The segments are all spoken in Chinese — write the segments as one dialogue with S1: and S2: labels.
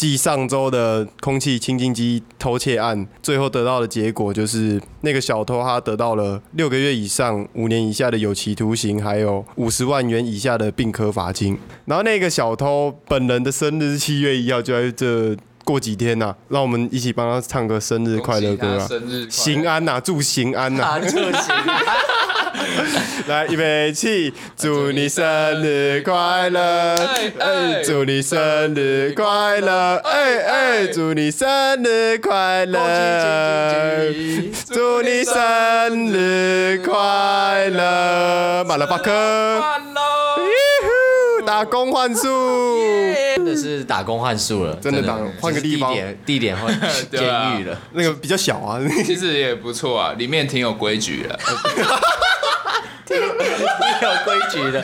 S1: 继上周的空气清净机偷窃案，最后得到的结果就是那个小偷他得到了六个月以上五年以下的有期徒刑，还有五十万元以下的并科罚金。然后那个小偷本人的生日是七月一号，就在这过几天呐、让我们一起帮他唱个生日快乐歌
S2: 恭
S1: 啊
S2: 喜！他生日快乐
S1: 行，安呐、祝行安呐、
S3: 啊，就行。
S1: 来，预备起！祝你生日快乐！
S2: 哎哎
S1: 祝你生日快乐！哎哎，祝你生日快
S2: 哦
S1: 乐！祝你生日快乐！马勒巴克！嗯哟呼打工换宿，
S3: 真的是打工换宿了，
S1: 真的打换个地方
S3: 只是地点地点换
S2: 对啊
S3: 监狱了。
S1: 那个比较小啊。
S2: 其实也不错啊，里面挺有规矩的。
S3: 没有规矩的，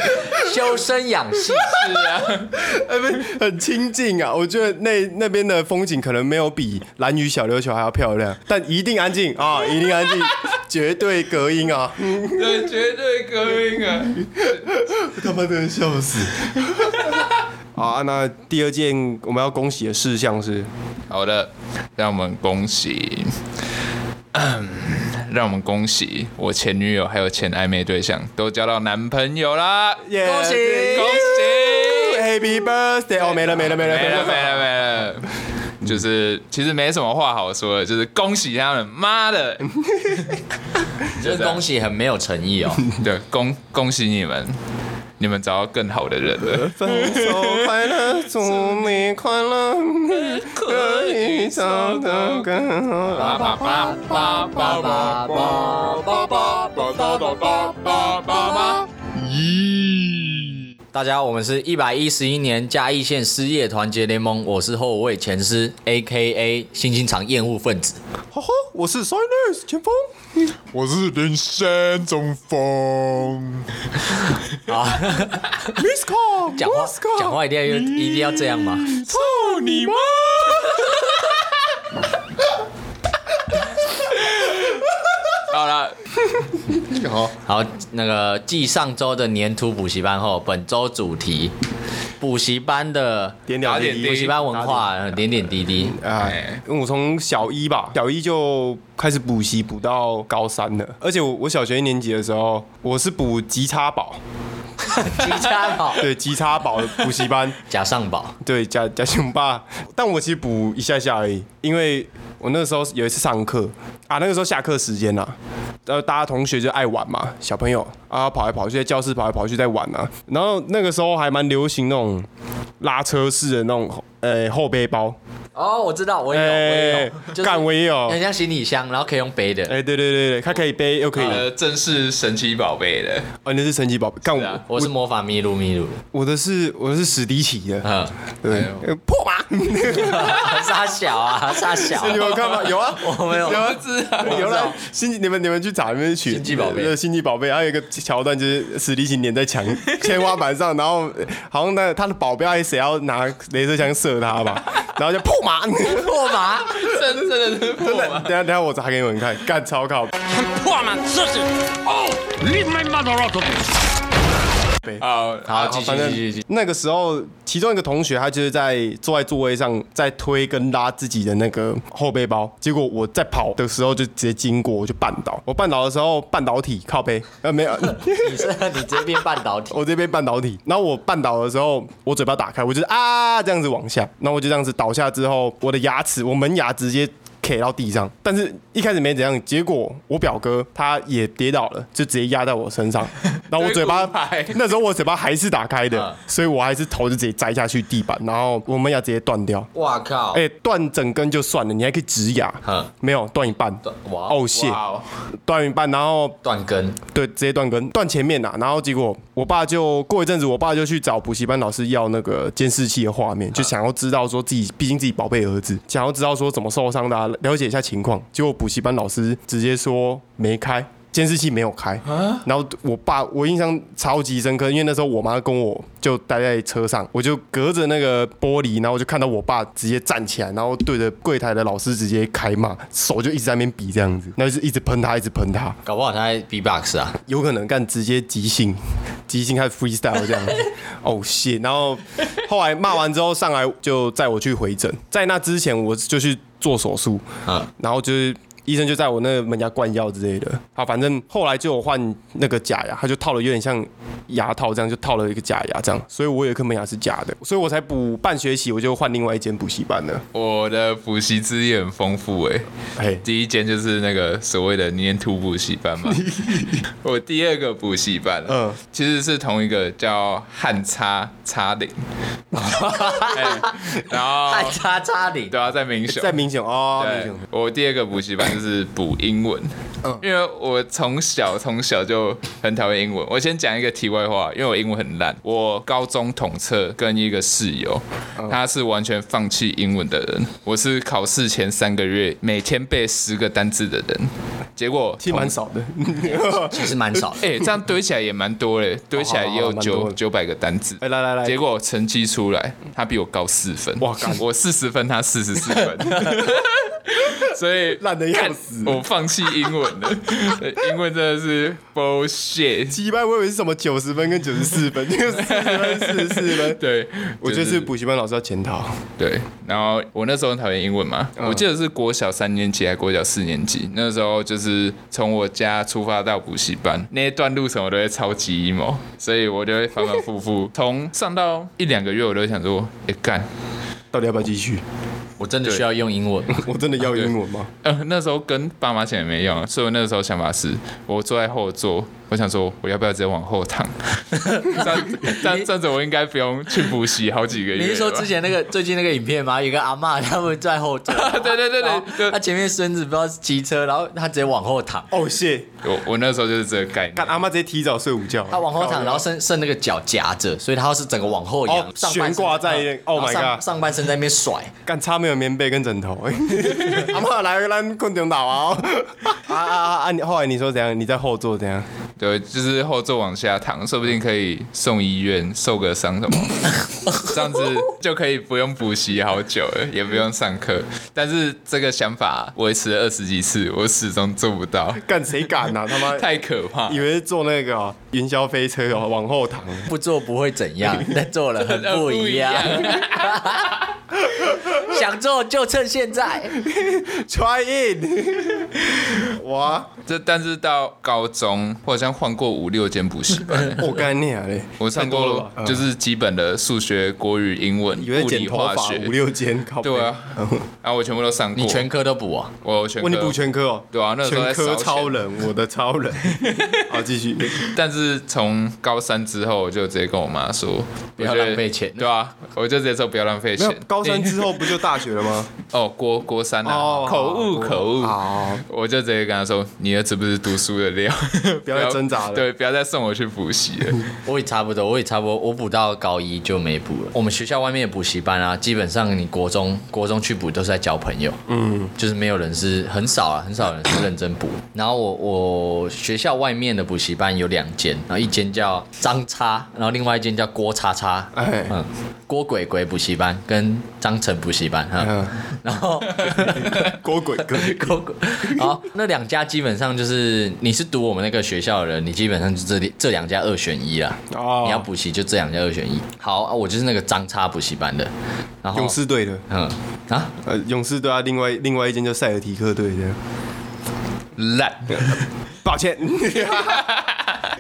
S3: 修身养性。
S2: 是啊，
S1: 很亲近啊，我觉得那那边的风景可能没有比蓝屿小琉球还要漂亮，但一定安静啊，一定安 静，绝对隔音啊！
S2: 对，绝对革命啊！
S1: 他妈的笑 死！好啊，那第二件我们要恭喜的事项是，
S2: 好的，让我们恭喜，嗯，让我们恭喜我前女友还有前暧昧对象都交到男朋友啦！
S1: 耶
S3: 恭喜
S2: 恭喜！
S1: Happy Birthday！哦，没了没了没了
S2: 没了没了没了，就是其实没什么话好说的，就是恭喜他们，妈的，
S3: 这
S2: 这样
S3: 恭喜很没有诚意 哦。
S2: 对，恭恭喜你们，你们找到更好的人 了。
S1: 分手快 乐，祝你快乐，嗯可以找到更好。
S2: 叭叭叭叭叭叭叭叭叭叭叭叭叭。咦，
S3: 大家，我们是一百一十一年嘉义县失业团结联盟，我是后卫前师，A K A 新兴场厌恶分子。
S1: 吼吼，我是 Silence 前锋。
S2: 我是人生中锋。
S1: Miss Call，
S3: 讲话
S1: Miss Call
S3: 讲话一定要一定要这样吗？
S1: 操你妈！
S2: 好了，
S1: 好，
S3: 好，那个继上周的粘土补习班后，本周主题补习班的
S1: 点点滴滴
S3: 补习班文化呃点点滴滴。
S1: 哎，因为我从小一吧，小一就开始补习，补到高三了。而且我我小学一年级的时候，我是补吉他宝，
S3: 吉他宝，
S1: 对吉他宝的补习班，
S3: 假上宝，
S1: 对贾贾雄爸。但我其实补一下下而已，因为我那时候有一次上课啊，那个时候下课时间啦、然后大家同学就爱玩嘛，小朋友啊跑来跑去，在教室跑来跑去在玩啊。然后那个时候还蛮流行那种拉车式的那种呃后背包，
S3: 哦，我知道，我也有，我也
S1: 哎
S3: 有，，
S1: 干我也有，
S3: 很像行李箱，然后可以用背的。
S1: 哎，对对对对，它可以背又可以，
S2: 呃，正是神奇宝贝的，
S1: 哦，那是神奇宝贝，干
S2: 是啊
S1: 我
S3: 我是魔法麋鹿，麋鹿，
S1: 我的是我的是史迪奇的，
S3: 嗯，
S1: 对
S2: 哎呦，
S1: 呃破 马，
S3: 傻小啊，傻小，
S1: 你们有看 吗？有啊，
S3: 我没有
S1: 有啊
S2: 不。知道
S1: 有啦，星际你们你们去查，你们去取
S3: 星际宝贝
S1: 对星际宝贝，还有一个桥段就是史迪奇粘在 墙天花板上，然后呃好像那他的保镖还是谁要拿镭射枪射他 吧，然后就破马，等
S3: 破马，
S2: 真真的是破吗？
S1: 下等下我查给你们看，干超靠
S4: 破嘛，这是哦，Leave my mother out of this。
S2: 好，
S3: 好，继续
S1: 反正
S3: 继续继续，
S1: 那个时候，其中一个同学他就是在坐在座位上，在推跟拉自己的那个后背包，结果我在跑的时候就直接经过，我就绊倒。我绊倒的时候，半导体靠背，呃，没有，
S3: 你是你直接变半 导体，
S1: 我这边半导体。然后我绊倒的时候，我嘴巴打开，我就是啊这样子往下，然后我就这样子倒下之后，我的牙齿，我门牙直接。K 到地上，但是一开始没怎样，结果我表哥他也跌倒了，就直接压在我身上，然后我嘴 巴
S2: 真骨牌
S1: 那时候我嘴巴还是打开的
S3: 嗯，
S1: 所以我还是头就直接摘下去地板，然后我门牙直接断掉。
S3: 哇靠，
S1: 哎、断整根就算了，你还可以植牙
S3: 嗯，
S1: 没有断一半，
S3: 哇
S1: 哦谢，
S2: 哇哦
S1: 断一半，然后
S3: 断根，
S1: 对，直接断根，断前面呐、啊然后结果我爸就过一阵子，我爸就去找补习班老师要那个监视器的画面，就想要知道说自己，毕竟自己宝贝儿子， 想要知道说怎么受伤的、啊，了解一下情况。结果补习班老师直接说没开。监视器没有开，然后我爸我印象超级深刻，因为那时候我妈跟我就待在车上，我就隔着那个玻璃，然后我就看到我爸直接站起来，然后对着柜台的老师直接开骂，手就一直在那边比这样子，然后就是一直喷他，一直喷他。
S3: 搞不好他在 B box 啊，
S1: 有可能干直接急性即兴开 始 freestyle 这样子。哦谢，然后后来骂完之后上来就载我去回诊，在那之前我就去做手术，
S3: 啊，
S1: 然后就是医生就在我那个门牙灌药之类的。好，反正后来就有换那个假牙，他就套了有点像牙套这样，就套了一个假牙这样，所以我有一颗门牙是假的，所以我才补半学期我就换另外一间补习班了。
S2: 我的补习资历很丰富哎、
S1: 哎，
S2: 第一间就是那个所谓的粘土补习 班嘛，我第二个补习班，嗯
S1: 嗯，
S2: 其实是同一个叫汉叉叉零，哎然后
S3: 太差差点，
S2: 对啊，在明雄，
S1: 在明显哦，明
S2: 对
S1: 显，
S2: 我第二个补习班就是补英文，
S1: 嗯
S2: 因为我从小从小就很讨厌英文。我先讲一个题外话，因为我英文很烂。我高中统测跟一个室友，
S1: 嗯
S2: 他是完全放弃英文的人。我是考试前三个月每天背十个单字的人，结果
S1: 其实蛮少的。
S3: 其实蛮少的。
S2: 哎、这样堆起来也蛮多 嘞，堆起来也
S1: 哦好好
S2: 有
S1: 好蛮
S2: 九
S1: 多的
S2: 九百个单字。
S1: 哎，来来来，
S2: 结果成绩出来，他比我高四分。
S1: 哇干
S2: 我四十分，他四十四 分，所以
S1: 烂得要死
S2: 干我放弃英文 了，英文真的是 bullshit。
S1: 鸡班我以为是什么九十分跟九十四分，那 个四十分四十四 分。
S2: 对，
S1: 我觉得是补习班老师要检讨。
S2: 对。然后我那时候很讨厌英文嘛，
S1: 嗯
S2: 我记得是国小三年级还国小四年级，那时候就是从我家出发到补习班那一段路程，我都会超级 emo，所以我就会反反复复，从上到一两个月，我都会想说，哎、干，
S1: 到底要不要继续？
S3: 我真的需要用英文，
S1: 我真的要英文吗？
S2: 呃，那时候跟爸妈讲也没用，所以我那时候想法是，我坐在后座，我想说我要不要直接往后躺， 这样这样这样子我应该不用去补习好几个月。
S3: 你是说之？前那个最近那个影片吗？有个阿嬷他们在后座，
S2: 对对对
S3: 然后
S2: 对
S3: 他
S2: 对，
S3: 前面孙子不知道是骑车，然后他直接往后躺，
S1: 哦，谢，
S2: 我我那时候就是这个概念
S1: 看。阿妈直接提早睡午觉。
S3: 他往后躺，然后剩剩那个脚夹着，所以他是整个往后仰
S1: 哦，
S3: 上半身
S1: 悬挂在那
S3: 嗯
S1: Oh my
S3: 然后上
S1: God
S3: 上半身在那边甩，
S1: 干差没有棉被跟枕 头。阿妈来咱困中岛啊！ 啊啊啊啊！你后来你说怎样？你在后座怎样？
S2: 对，就是后座往下躺，说不定可以送医院受个伤什么， 这样子就可以不用补习好久了，也不用上课。但是这个想法维持了二十几次，我始终做不 到，
S1: 干谁敢啊？他妈！
S2: 太可怕了
S1: 以。为是坐那个哦云霄飞车哦，往后躺。
S3: 不做不会怎样，但做了很不一样。 想做就趁现在。
S1: Try in！哇，
S2: 这但是到高中，我好像换过五六间补习班。
S1: 我干你啊嘞！
S2: 我上过就是基本的数学、国语、英文、
S1: 嗯以为
S2: 物
S1: 在剪
S2: 理、
S1: 头
S2: 化
S1: 发
S2: 学，
S1: 五六间，靠背
S2: 对啊，啊我全部都上过。
S3: 你全科都补啊？
S2: 我全科
S1: 问你补，全科哦，
S2: 对啊那时候在
S1: 全科
S2: 烧钱
S1: 超 人，我的超人。好，继续。
S2: 但是从高三之后，我就直接跟我妈说，
S3: 不要
S2: 我觉得
S3: 浪费钱
S2: 对啊，我就直接说不要浪费
S1: 没有
S2: 钱。
S1: 高三之后不就大学了吗？
S2: 哦，国国三 啊
S1: 哦，
S2: 口误
S1: 国
S2: 口误，
S1: 好
S2: 我就直接跟他说，你儿子不是读书的料，
S1: 不要再挣扎了
S2: 对，不要再送我去补习 了。
S3: 我也差不多，我也差不多，我补到高一就没补了。我们学校外面的补习班啊，基本上你国中国中去补都是在交朋友，嗯，就是没有人是很少啊，很少人是认真补。然后我我学校外面的补习班有两间，然后一间叫张叉，然后另外一间叫郭叉叉，
S1: 哎
S3: 嗯，郭鬼鬼补习班跟张晨补习班，哈、
S1: 嗯
S3: 然后。
S1: 郭鬼哥，
S3: 狗狗。好，那两家基本上就是你是读我们那个学校的人，你基本上就这里这两家二选一啦。
S1: 哦
S3: 你要补习就这两家二选一。好啊，我就是那个张叉补习班的，然后
S1: 勇士队的，
S3: 嗯啊
S1: 呃，勇士队啊，另外另外一间叫塞尔提克队的。
S2: 烂，
S1: 抱 歉，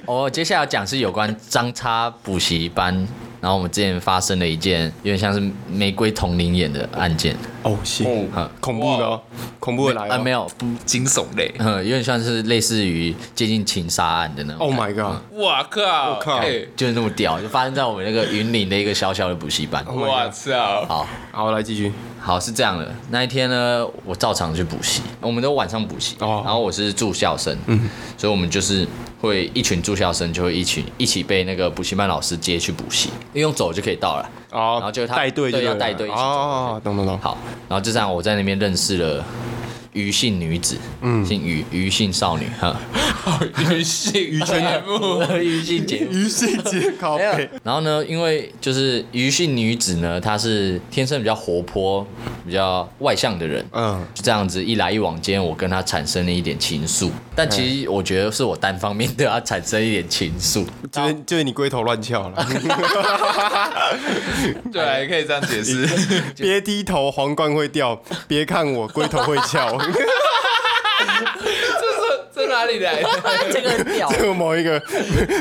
S3: 我哦接下来讲是有关张叉补习班，然后我们之前发生了一件有点像是玫瑰同龄演的案件，
S1: 哦，行，
S3: 啊
S1: 恐怖的哦，恐怖的来
S3: 啊没
S1: 了。
S3: 有，不
S2: 惊悚类。
S3: 嗯，有点像是类似于接近情杀案的那种
S1: Oh my god！
S2: 哇靠！
S1: 我靠
S2: 哎
S3: 就是那么屌，就发生在我们那个云林的一个小小的补习班。
S1: Oh my
S2: 我操！
S3: 好，
S1: 好，来继续。
S3: 好，是这样的。那一天呢，我照常去补习，我们都晚上补习，
S1: 哦
S3: 然后我是住校生，嗯，所以我们就是会一群住校生就会一起一起被那个补习班老师接去补习，因为用走就可以到了。
S1: 哦，
S3: 然后就是他
S1: 带队就
S3: 对
S1: 对
S3: 要
S1: 了
S3: 带队一起走
S1: 哦，懂懂 懂。
S3: 好，然后就这样，我在那边认识了余姓女子，嗯，姓余，余姓少女，哈，
S2: 女性于全部
S3: 余姓姐
S1: 于信杰靠
S3: 没有
S1: 背，
S3: 然后呢，因为就是余姓女子呢，她是天生比较活泼，比较外向的人，
S1: 嗯，
S3: 就这样子一来一往间，我跟他产生了一点情愫，但其实我觉得是我单方面对他产生一点情愫，
S1: 就是就是你龟头乱翘了，
S2: 对啊，也可以这样解释。
S1: 别低头，皇冠会 掉；别看我，龟头会翘。
S2: 这哪里来的？
S5: 这个很屌，
S1: 这个某一个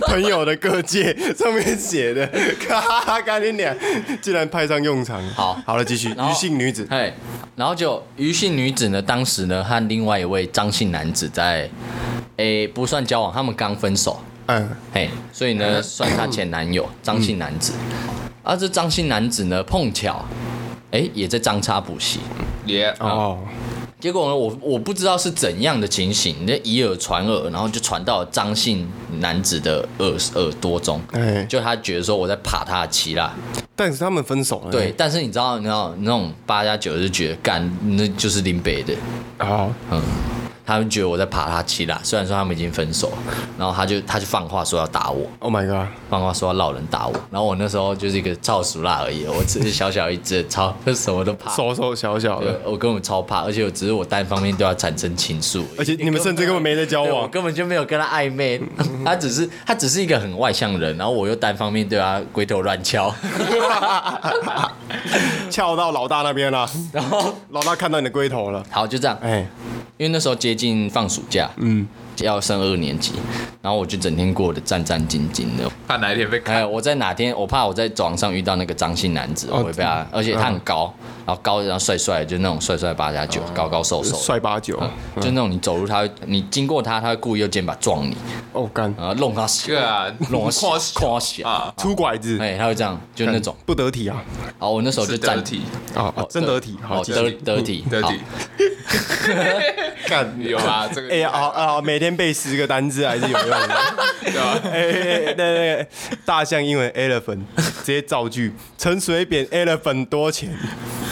S1: 朋友的各界上面写的， 咔，干你俩竟然派上用场。
S3: 好
S1: 好了，继续。
S3: 然后
S1: 女性女子，
S3: 嘿，然后就余姓女子呢，当时呢和另外一位张姓男子在，诶、不算交往，他们刚分手，
S1: 嗯，
S3: 嘿，所以呢算她前男友张姓男子，而、啊、这张姓男子呢碰巧，诶、也在张差补习，
S2: 耶，
S3: 啊
S1: 哦，
S3: 结果呢，我我不知道是怎样的情形，那以耳传耳，然后就传到张姓男子的耳耳朵中，
S1: 哎
S3: 就他觉得说我在爬他的期啦，
S1: 但是他们分手了。
S3: 对，，但是你知道，你知道那种八加九就觉得干，那就是林北的，嗯
S1: 好，
S3: 他们觉得我在爬他期啦，虽然说他们已经分手了，然后他就他就放话说要打我，
S1: Oh my god，
S3: 放话说要闹人打我，然后我那时候就是一个超熟辣而已，我只是小小一只，超 什么都怕。
S1: 瘦瘦小小
S3: 对
S1: 的，，
S3: 我根本超怕，而且我只是我单方面对他产生情愫而已，
S1: 而且你们甚至根本没在交
S3: 对我
S1: 往。
S3: 根本就没有跟他暧昧，他只是他只是一个很外向人，然后我又单方面对他龟头乱敲，
S1: 翘到老大那边了，然后老大看到你的龟头了，
S3: 好就这样，
S1: 哎，
S3: 因为那时候接近放暑假，嗯，要升二年级，然后我就整天过得战战兢兢的，
S2: 怕哪一天被
S3: 还
S2: 砍。
S3: 有我在哪天我怕我在走廊上遇到那个张姓男子，我会被他，而且他很高，然后高然后帅帅的，就那种帅帅八加九，高高瘦瘦的。
S1: 帅八九，
S3: 就那种你走路他会，你经过他，他会故意用肩膀撞你，
S1: 哦干，
S3: 然后弄他血
S2: 这，个啊，
S3: 弄他血
S2: 跨小，
S3: 跨血，
S2: 啊，
S1: 出拐子，
S3: 哎，他会这样，就那种。
S1: 不得体啊，
S3: 然后我那时候就是站
S2: 得体，
S1: 啊，真得体，好
S3: 哦，得得 体，
S2: 得
S3: 好
S2: 体，
S1: 干
S2: 有吧？这个
S1: 哎呀，好啊，每天背十个单字还是有用的。
S2: 对啊吧？
S1: 哎哎哎，那那个大象英文 elephant 直接造句，陈水扁 elephant 多钱。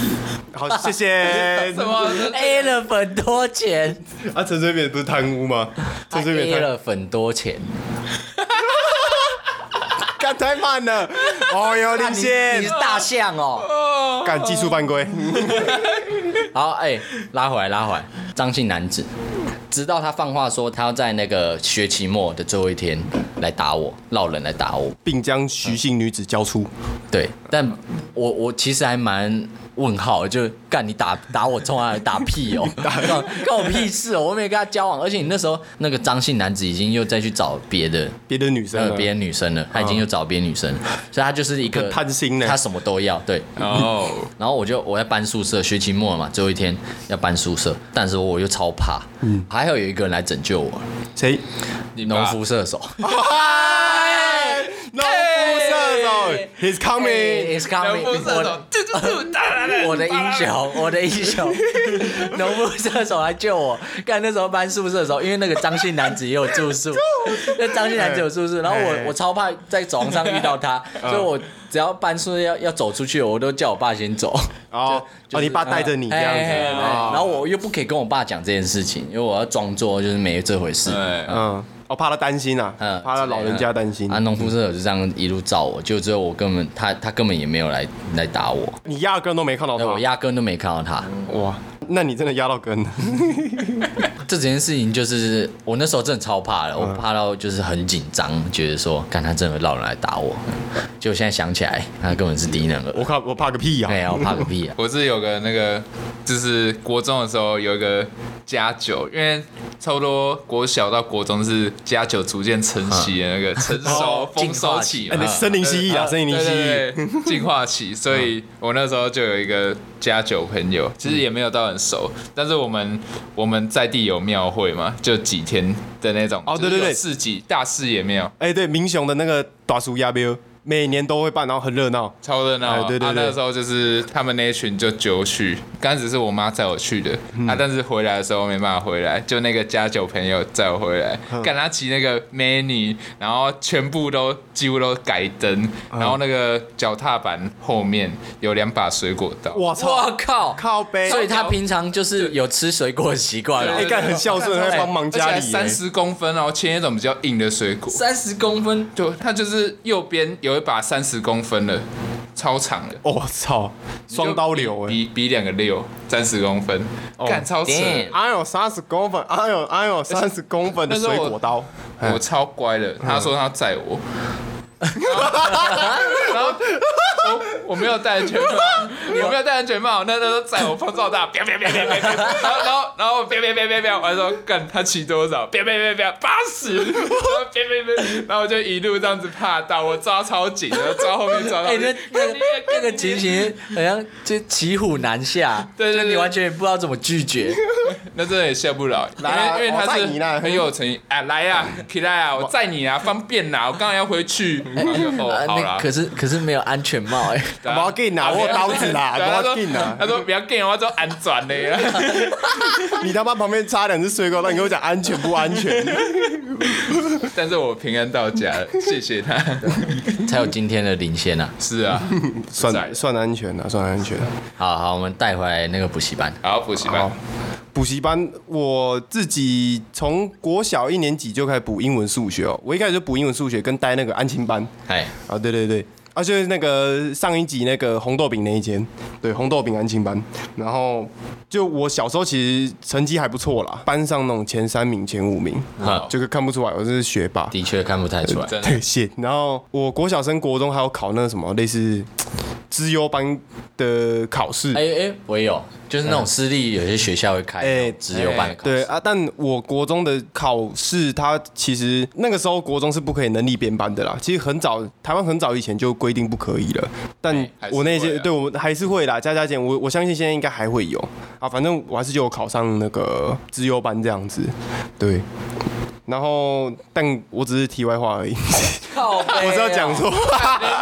S1: 好，谢谢。
S2: 什么？
S3: A 了粉多钱
S1: 啊，陈水扁不是贪污吗？陈水扁
S3: ，A
S1: 贪，
S3: 了粉多钱，
S1: 干太慢了。哦哟，领
S3: 你
S1: 先
S3: 是，大象哦。
S1: 干技术犯规。
S3: 好，哎，拉回来，拉回来，张姓男子，直到他放话说他要在那个学期末的最后一天来打我，闹人来打我。
S1: 并将徐姓女子交出。
S3: 对，但我我其实还蛮问号，就干你打打我冲来打屁哦，干干我屁事哦，我没跟他交往，而且你那时候那个张姓男子已经又再去找别的
S1: 别的女
S3: 呃
S1: 生，啊
S3: 别的女生了，他已经有找别的女生了，所以他就是一个
S1: 嗯很贪心呢
S3: 他什么都要对。
S2: 哦，
S3: 然后我就我在搬宿舍，学期末嘛，最后一天要搬宿舍，但是我又超怕，嗯，还好有一个人来拯救我，
S1: 谁？
S2: 你
S3: 农
S2: 吧
S3: 夫射手
S1: 哎 嗨，农夫射手，He's coming。
S3: Hey, it's
S2: 农
S3: coming，
S2: 夫射手，
S3: 我
S2: 这就是当然了
S3: 的我的英雄，我的英雄，农夫射手来救我。干那时候搬宿舍的时候，因为那个张姓男子也有 住宿，那张姓男子有住宿，然后
S1: 哎嗯
S3: 我我超怕在走廊上遇 到他，所以我只要搬宿舍要要走出去，我都叫我爸先走。
S1: 哦，
S3: 就
S1: 哦，
S3: 是
S1: 你爸带着你这样
S3: 哎哎哎
S1: 子。
S3: 然
S1: 哦
S3: 后我又不可以跟我爸讲这件事情，因为我要装作就是没这回事。
S2: 哎，
S1: 嗯，我怕他担心啊，
S3: 嗯
S1: 怕他老人家担心
S3: 啊，。农夫射手就这样一路照我，就只有我根本他他根本也没有来来打我，
S1: 你压根都没看到
S3: 对
S1: 他，
S3: 我压根都没看到他。
S1: 哇，那你真的压到 根了。
S3: 这件事情就是我那时候真的超怕了，我怕到就是很紧张，觉得说，看他真的会绕人来打我。就现在想起来，他根本是低能
S1: 我
S3: 儿。
S1: 靠，我怕个屁呀、
S3: 哎呀，我怕个屁 啊！
S2: 我是有个那个，就是国中的时候有一个加九，因为差不多国小到国中是加九逐渐成型的那个成熟
S3: 哦
S2: 丰收期
S3: 进
S2: 嘛
S3: 化
S1: 哎，
S3: 期
S1: 你森林蜥蜴啊，森林蜥蜴，
S2: 对对对进化期，所以我那时候就有一个加九朋
S1: 嗯
S2: 友，其实也没有到很熟，但是我们我们在地有庙会嘛，就几天的那种。
S1: 哦
S2: 就是
S1: 对对对
S2: 有市集大市也没有，
S1: 哎，对，民雄的那个大叔亚标，每年都会办，然后很热闹。
S2: 超热闹啊。
S1: 哎对对
S2: 啊
S1: 对
S2: 那个时候就是他们那一群就揪去，刚开始是我妈载我去的，
S1: 嗯
S2: 啊，但是回来的时候没办法回来，就那个加九朋友载我回来，
S1: 嗯
S2: 赶他骑那个 mini，然后全部都几乎都改灯，
S1: 嗯
S2: 然后那个脚踏板后面有两把水果刀。
S1: 我
S3: 我
S1: 操，
S3: 靠！
S1: 靠背，
S3: 所以他平常就是有吃水果的习惯啊了
S1: 哎，。干很孝顺，还帮忙家里。哎
S2: 三十公分哦，切那种比较硬的水果，
S3: 三十公分
S2: 就它就是右边有一把三十公分的，超长的，
S1: 我操，双哦刀流哎、哦
S2: 比比两个六，三十公分，干超扯。
S3: damn
S1: 哎呦，三十公分，哎呦，哎呦，三十公分的
S2: 那时候
S1: 水
S2: 我
S1: 果 刀，
S2: 我超乖的，他说他载我，然后然后我我没有戴安全帽，我没有戴安全帽，那那都载我风超 大，啪啪啪啪啪啪，然后然后然后啪啪啪啪啪，我还说干他骑多少，啪啪啪啪八十，然后啪啪啪，然后我就一路这样子怕到，我抓超紧，然后抓后面抓到，
S3: 哎、那那个那个情形，好像就骑虎难下，
S2: 对对对
S3: 就你完全不知道怎么拒绝。
S2: 那真的也下不了，
S1: 来啊
S2: 因为因为他
S1: 我载你啦
S2: 是很有诚意啊，来呀，起来啊，我载你啊，方便啦，我刚刚要回去，然后就哦
S3: 啊，
S2: 好
S3: 那
S2: 啦。
S3: 可是可是没有安全帽哎、
S1: 不啊要紧啦，我有刀子啦，
S2: 啊对他
S1: 不要
S2: 说
S1: 紧啦，
S2: 他说不要紧，我要做安全的呀。
S1: 你他妈旁边插两只水果刀，你跟我讲安全不安全？
S2: 但是我平安到 家了，谢谢他。
S3: 才有今天的领先啊！
S2: 是啊，
S1: 算算安全啦，算安全。
S3: 好好，我们带回来那个补习班，
S2: 好补习班
S1: 好，补习班，我自己从国小一年级就开始补英文、数学哦。我一开始就补英文、数学，跟待那个安亲班
S3: 哎，
S1: 啊，对对对，啊，就是那个上一集那个红豆饼那一间，对，红豆饼安亲班。然后就我小时候其实成绩还不错啦，班上那种前三名、前五名，
S3: 好
S1: 就是看不出来我是学霸。
S3: 的确看不太出来。
S2: 真的
S1: 对，谢。然后我国小升国中还有考那个什么类似资优班的考试，
S3: 哎哎，我也有，就是那种私立有些学校会开
S1: 哎
S3: 自由班的考哦试
S1: 对啊，但我国中的考试，它其实那个时候国中是不可以能力编班的啦。其实很早，台湾很早以前就规定不可以了。但
S3: 哎
S2: 还是
S1: 我那些、
S2: 会啊
S1: 对我们还是会啦，加加减，我我相信现在应该还会有啊。反正我还是就有考上那个资优班这样子，对。然后，但我只是题外话而已，
S3: 靠背啊
S1: 我是要讲说，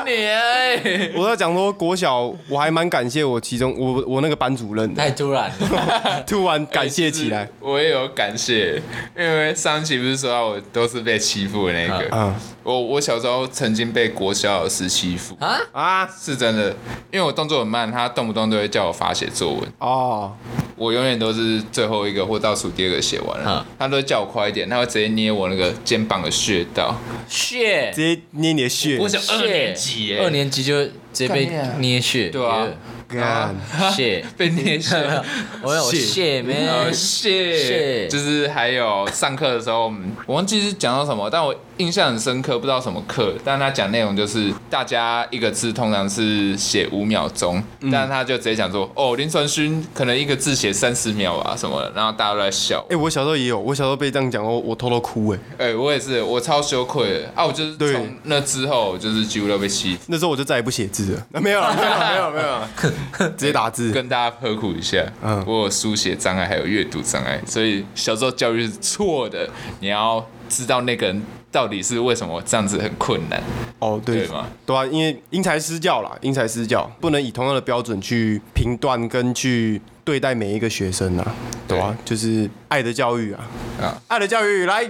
S2: 你哎，
S1: 我是要讲说国小，我还蛮感谢我其中我我那个班主 任的，
S3: 太突然了，
S1: 突然感谢起来
S2: 其实。我也有感谢，因为上期不是说到我都是被欺负的那
S3: 哎
S2: 个，
S1: 嗯
S2: 我我小时候曾经被国小老师欺负
S3: 啊
S1: 啊
S2: 是真的，因为我动作很慢，他动不动都会叫我罚写作文，
S1: 哦，
S2: 我永远都是最后一个或倒数第二个写完了
S3: 嗯，
S2: 他都会叫我快一点，他会直接捏我那个肩膀的穴道，
S3: 血
S1: 直接捏你的血，
S2: 我想二年级耶，
S3: 二年级就直接被捏血，
S2: 对啊，
S1: 干
S3: 血，
S2: 被捏下 来。
S3: 我有血没？
S2: 呃，谢，
S3: 谢
S2: 就是还有上课的时候，嗯我忘记是讲到什么，但我印象很深刻，不知道什么课，但他讲内容就是大家一个字通常是写五秒钟，但他就直接讲说，哦，林传勋可能一个字写三十秒吧什么的，然后大家都在笑
S1: 哎、。我小时候也有，我小时候被这样讲，我我偷偷哭哎、
S2: 哎、我也是，我超羞愧的啊！我就是
S1: 对
S2: 从那之后，我就是几乎都被欺负。
S1: 那时候我就再也不写字了，啊、 没有了，没 有了，没有了，没有了，直接打字。
S2: 跟大家科普一下，
S1: 嗯
S2: 我有书写障碍，还有阅读障碍，所以小时候教育是错的。你要知道那个人到底是为什么这样子很困难。
S1: 哦，对
S2: 对嘛，
S1: 对啊，因为因材施教啦，因材施教，不能以同样的标准去评断跟去对待每一个学生啊，对啊，就是爱的教育啊，
S2: 啊
S1: 爱的教育来，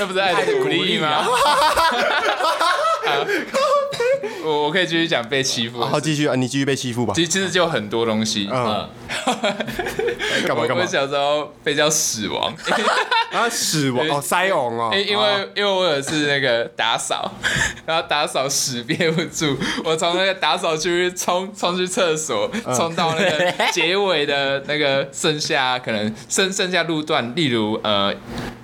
S2: 那不是爱的鼓励 吗？好我我可以继续讲被欺负的事。
S1: 好，继续啊，你继续被欺负吧。
S2: 其实其实就很多东西。
S1: 嗯， 干嘛
S2: 我
S1: 干嘛
S2: 我小时候被叫死亡，
S1: 啊，死 亡哦，塞翁哦，
S2: 因因
S1: 啊
S2: 为因为我有一次那个打扫， 然后打扫屎憋不住，我从那个打扫区冲冲去厕所，
S1: 嗯
S2: 冲到那个结尾的那个剩下可能剩剩下路段，例如呃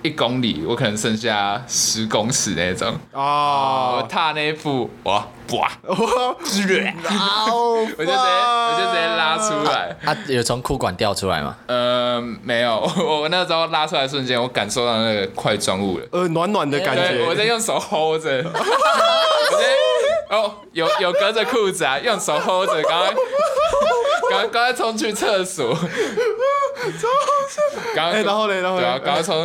S2: 一公里，我可能剩下十公尺那种，我
S1: 哦，
S2: 踏那一步，哇哇，
S1: 我
S3: 哦，
S2: 我就直接我就直接拉出来，
S3: 啊，有从裤管掉出来吗？
S2: 呃没有， 我我那时候拉出来的瞬间，我感受到那个块状物了。
S1: 呃暖暖的感
S2: 对，我在
S1: 觉，
S2: 用手 hold 着，我在哦，有有隔着裤子啊，用手 hold 着，刚刚刚刚才冲去厕所，刚
S1: 哎
S2: 刚
S1: 然后嘞然后嘞
S2: 对啊，刚刚冲，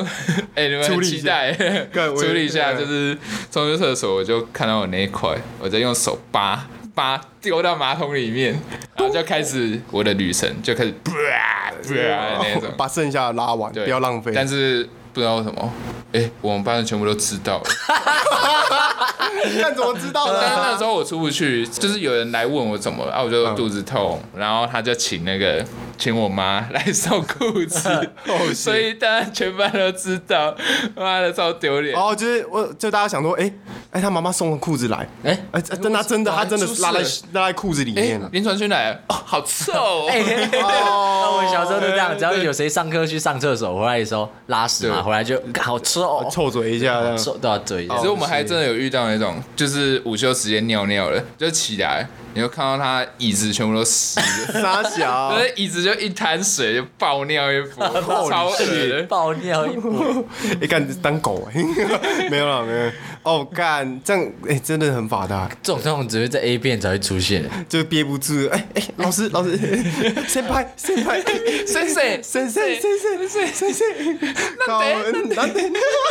S2: 哎，你们
S1: 处
S2: 很
S1: 理一
S2: 期
S1: 下
S2: 待，
S1: 干我
S2: 处
S1: 也
S2: 理一下，
S1: 对
S2: 就是冲去厕所，我就看到我那一块，我在用手扒。扒丢到马桶里面，然后就开始我的旅程，就开始 啊那种，
S1: 把剩下的拉完，
S2: 对
S1: 哦不要浪费。
S2: 但是不知道为什么，哎、我们班的全部都知道了。
S1: 看怎么知道 的
S2: 但是
S1: 啊、
S2: 那时候我出不去，就是有人来问我怎么了，啊，我
S1: 嗯
S2: 就肚子痛，然后他就请那个请我妈来送 裤子
S1: Oh，shit
S2: 所以当然全班都知道，妈的超丢脸。
S1: 哦，就是我，就大家想说，哎、哎，他妈妈送了裤子来，
S3: 哎
S1: 哎，真的真的，他真的是拉在拉在裤子里
S2: 哎
S1: 面啊了，。
S2: 林传勋来了，哦，好臭哦！
S3: 哎，那我小时候都这样，只要有谁上课去上厕所，回来的时候拉屎嘛，
S2: 对
S3: 回来就干好臭哦，
S1: 臭嘴一下，这样
S3: 臭到嘴。
S2: 所以我们还真的有遇到那种，就是午休时间尿尿了，就起来，你就看到他椅子全部都湿了，
S1: 傻 小
S2: 那椅子就一滩水就爆尿一波，
S1: 哦
S2: 超恶的。
S3: 爆尿一波，
S1: 哎，干当狗哎， 没有了，没有。哦，干这样，哎，真的很发达，
S3: 这种这种只会在 A 片才会出现。
S1: 就憋不住。哎哎，老师，老师， 先拍，先拍，
S2: 先生，
S1: 先生，先生，先生，先生，高温，难得，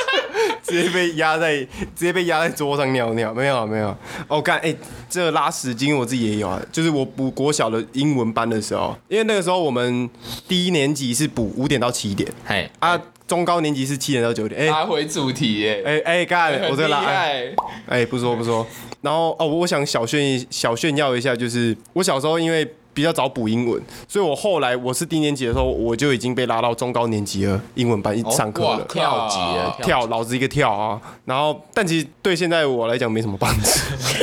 S1: 直接被压在，直接被压在桌上尿尿，没有没有。哦，干，哎，这拉屎巾我自己也有啊，就是我补国小的英文班的时候，因为那个时候我们第一年级是补五点到七点
S3: 嘿，
S1: 啊，中高年级是七点到九点，哎、
S2: 拉回主题耶、
S1: 哎哎干，
S2: 很
S1: 我这个
S2: 厉
S1: 拉，哎、
S2: 害，
S1: 不说不说。然后哦，我想小炫小炫耀一下，就是我小时候因为比较早补英文，所以我后来我是低年级的时候，我就已经被拉到中高年级了英文班一上课
S2: 哦哇
S1: 了。
S3: 跳级了，
S1: 跳，老子一个跳啊！然后，但其实对现在我来讲没什么帮助。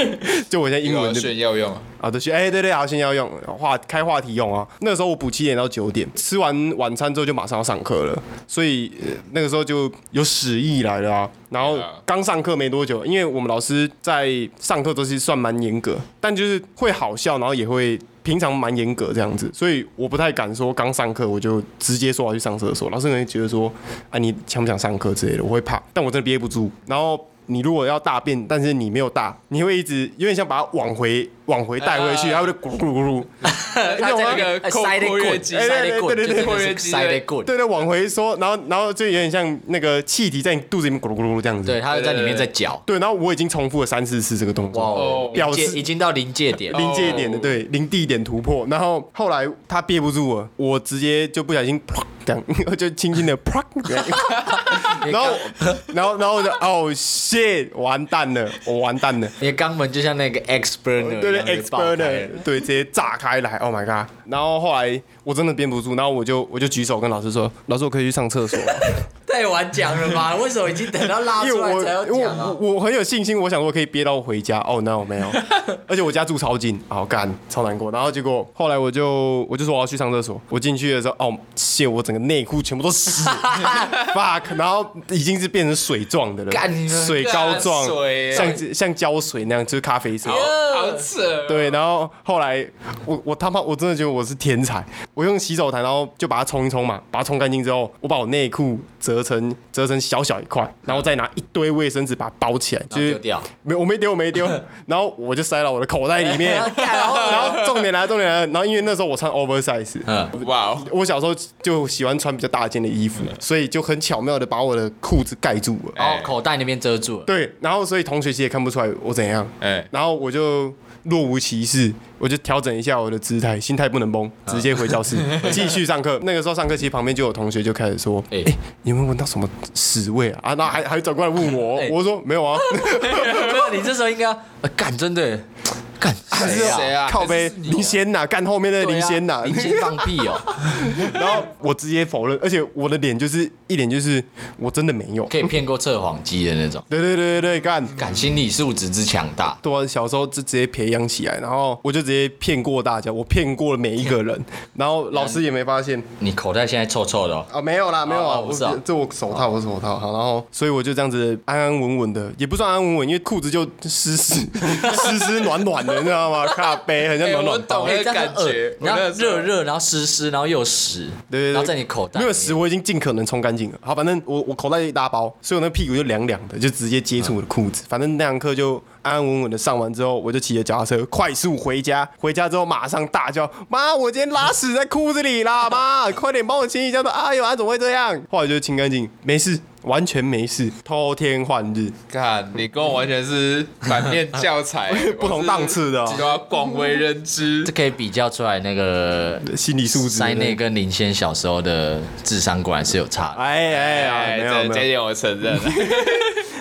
S1: 就我现在英文
S2: 有
S1: 就
S2: 炫耀用，
S1: 啊，对，哎、对对，好，先要用话开话题用啊。那个时候我补七点到九点，吃完晚餐之后就马上要上课了，所以、呃那个时候就有屎意来了啊。然后
S2: 对啊
S1: 刚上课没多久，因为我们老师在上课都是算蛮严格，但就是会好笑，然后也会。平常蛮严格这样子，所以我不太敢说刚上课我就直接说我要去上厕所，老师可能会觉得说，啊你想不想上课之类的，我会怕，但我真的憋不住。然后你如果要大便，但是你没有大，你会一直有点像把它往回往回带回 去，
S2: 啊
S1: 然后就咕噜咕噜咕噜，
S3: 他这个
S2: 哎
S3: 啊塞得
S2: 括约
S3: 滚，
S2: 肌
S3: 塞得
S1: 对对
S3: 滚，
S1: 对对
S2: 对
S3: 就是塞得滚，
S1: 对对，往回缩，然后然后就有点像那个气体在你肚子里面咕噜咕噜咕噜这样子。
S3: 对，他会在里面在搅。
S1: 对，然后我已经重复了三四次这个动作。
S3: 哇哦，
S1: 表示
S3: 临界已经到临界点了。
S1: 临界点的，
S2: 哦
S1: 对，零地点突破。然后后来他憋不住了，我直接就不小心啪这样， 就轻轻的 啪，这样然后然后然后我就哦 shit，完蛋了，我完蛋了。
S3: 你的肛门就像那个 X burner，
S1: 对
S3: 一
S1: 对
S3: 样
S1: ，X
S3: 就爆开
S1: burner，
S3: 了
S1: 对，直接炸开来，Oh my god！然后后来我真的憋不住，然后我就我就举手跟老师说，老师我可以去上厕所吗，
S3: 太晚讲了 吧？为什么已经等到拉
S1: 因为
S3: 出来
S1: 我
S3: 才要
S1: 因为
S3: 讲啊
S1: 我？我我很有信心，我想说可以憋到回家。哦、no，没有， 而且我家住超近，好干，超难过。然后结果后来我就我就说我要去上厕所，我进去的时候，哦，谢我整个内裤全部都湿 ，fuck，然后已经是变成水状的了
S3: 干你，们
S1: 水膏状
S2: 干水，欸
S1: 像像胶水那样，就是咖啡色。
S3: 哎
S2: 好好扯哦，
S3: 嗯
S1: 对，然后后来我我他妈我真的觉得我是天才，我用洗手台，然后就把它冲一冲嘛，把它冲干净之后，我把我内裤折成折成小小一块，然后再拿一堆卫生纸把它包起来，就
S3: 然后
S1: 是
S3: 丢掉
S1: 没有我没丢我没丢，然后我就塞到我的口袋里 面，然后然后重点来了重点来了，然后因为那时候我穿 oversize，
S3: 嗯，
S2: 哇哦，
S1: 我小时候就喜欢穿比较大件的衣服，所以就很巧妙的把我的裤子盖住了。
S3: 然后口袋那边遮住了。
S1: 对，然后所以同学其实也看不出来我怎样，
S2: 哎
S1: 然后我就若无其事，我就调整一下我的姿态，心态不能崩，直接回教室 继续上课。那个时候上课，其实旁边就有同学就开始说：“哎、
S3: 哎
S1: 你有没有闻到什么屎味啊？”啊，然后还还转过来问我，
S3: 哎
S1: 我说没有啊，
S3: 没有，你这时候应该要呃干，真的干
S1: 是
S3: 谁
S2: 谁
S3: 啊？
S2: 啊
S1: 靠背
S2: 还是你啊
S1: 林先呐，干后面的林先呐，
S3: 林先放屁哦，
S1: 然后我直接否认，而且我的脸就是一脸就是我真的没有。
S3: 可以骗过测谎机的那种。
S1: 对对对对对，干。
S3: 感心理素质之强大，
S1: 对啊，小时候就直接培养起来，然后我就直接骗过大家，我骗过了每一个人，然后老师也没发现。
S3: 你口袋现在臭臭的哦。
S1: 啊，没有啦，没有啊，
S3: 哦
S1: 我
S3: 不是啊
S1: 这我手套，我手套，好，然后所以我就这样子安安稳稳的，也不算安安稳稳，因为裤子就湿湿 湿湿暖暖的，你知道吗？咖啡很像暖
S2: 哎我
S1: 暖包
S2: 懂，那个感觉，我
S3: 然后
S2: 那时候
S3: 热热，然后湿湿，然后又湿，
S1: 对对对，
S3: 然后在你口袋里面
S1: 没有屎，我已经尽可能冲干净了。好，反正我我口袋一大包，所以我那屁股就凉凉的，就直接接触我的裤子。反正那堂课就安安稳稳的上完之后，我就骑着脚踏车快速回家。回家之后马上大叫：“妈，我今天拉屎在裤子里啦！妈，快点帮我清一下！”说：“哎呦，啊怎么会这样？”后来就清干净，没事，完全没事，偷天换日，
S2: 看你跟我完全是反面教 材，
S1: 不同档次的哦
S2: 我是都 要广为人知
S3: 这。可以比较出来那个
S1: 心理素质。
S3: 塞内跟林先小时候的智商果然是有差的。
S1: 哎哎
S2: 哎，
S1: 哎，没有
S2: 这
S1: 没
S2: 这
S1: 有
S2: 点我承认了。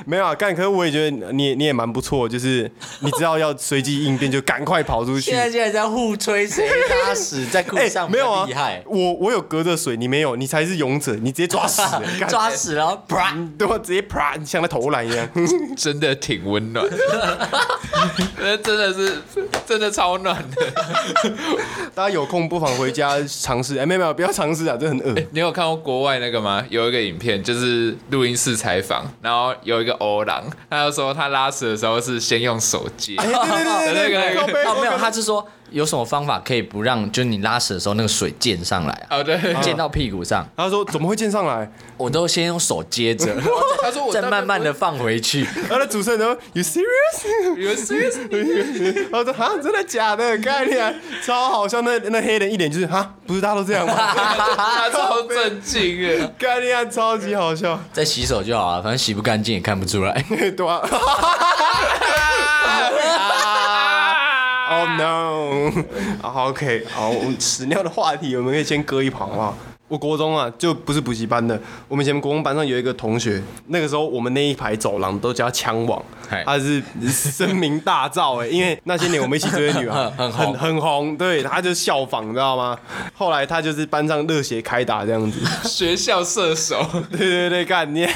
S1: 没有啊，干，可是我也觉得你你也蛮不错，就是你知道要随机应变，就赶快跑出去。
S3: 现在竟然在互吹谁拉屎在裤
S1: 哎、
S3: 上比
S1: 没有
S3: 较
S1: 啊，
S3: 厉害，
S1: 我我有隔着水，你没有，你才是勇者，你直接抓屎、 欸，干
S3: 抓屎然后啪，嗯
S1: 对吧？直接啪，像在投篮一 样。
S2: 真的挺温暖的，那真的是真的超暖的。
S1: 大家有空不妨回家尝试，哎、没有没有，不要尝试啊，这很恶。
S2: 你有看过国外那个吗？有一个影片，就是录音室采访，然后有一个欧郎，他就说他拉屎的时候是先用手接，
S1: 哎、对对对对对，
S2: 那个那个
S1: 靠背
S3: 哦没有，
S1: 我
S3: 他是说有什么方法可以不让，就是你拉屎的时候那个水溅上来啊，
S2: 哦对，
S3: 溅到屁股上，
S1: 他说怎么会溅上来？
S3: 我都先用手接着，
S2: 他说我
S3: 再慢慢的放回去。
S1: 然 后那主持人说 You serious？
S2: 有 serious，
S1: 然后说哈，真的假的？概念超好笑，那那黑人一脸就是哈，不是大家都这样吗？
S2: 他超震惊的。
S1: 概念超级好笑，
S3: 再洗手就好了，反正洗不干净也看不出来。
S1: 对 啊。Oh no！OK，好，啊我们屎尿的话题我们可以先搁一旁啊。我国中啊，就不是补习班的。我们以前国中班上有一个同学，那个时候我们那一排走廊都叫他枪王
S3: 嗨，
S1: 他是声名大噪哎、因为那些年我们一起追的女孩很
S3: 很很红
S1: 很红，对，他就效仿，你知道吗？后来他就是班上热血开打这样子。
S2: 学校射 手，
S1: 对对对，干你。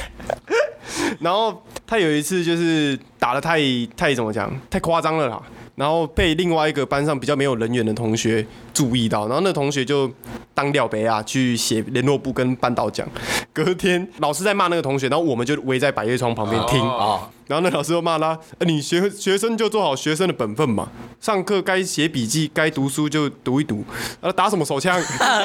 S1: 然后他有一次就是打的太太怎么讲，太夸张了啦。然后被另外一个班上比较没有人缘的同学注意到，然后那同学就当廖北啊去写联络簿跟班导讲。隔天老师在骂那个同学，然后我们就围在百叶窗旁边听。
S3: 哦，
S1: 然后那老师又骂他：“呃你学学生就做好学生的本分嘛，上课该写笔记，该读书就读一读，啊，打什么手枪？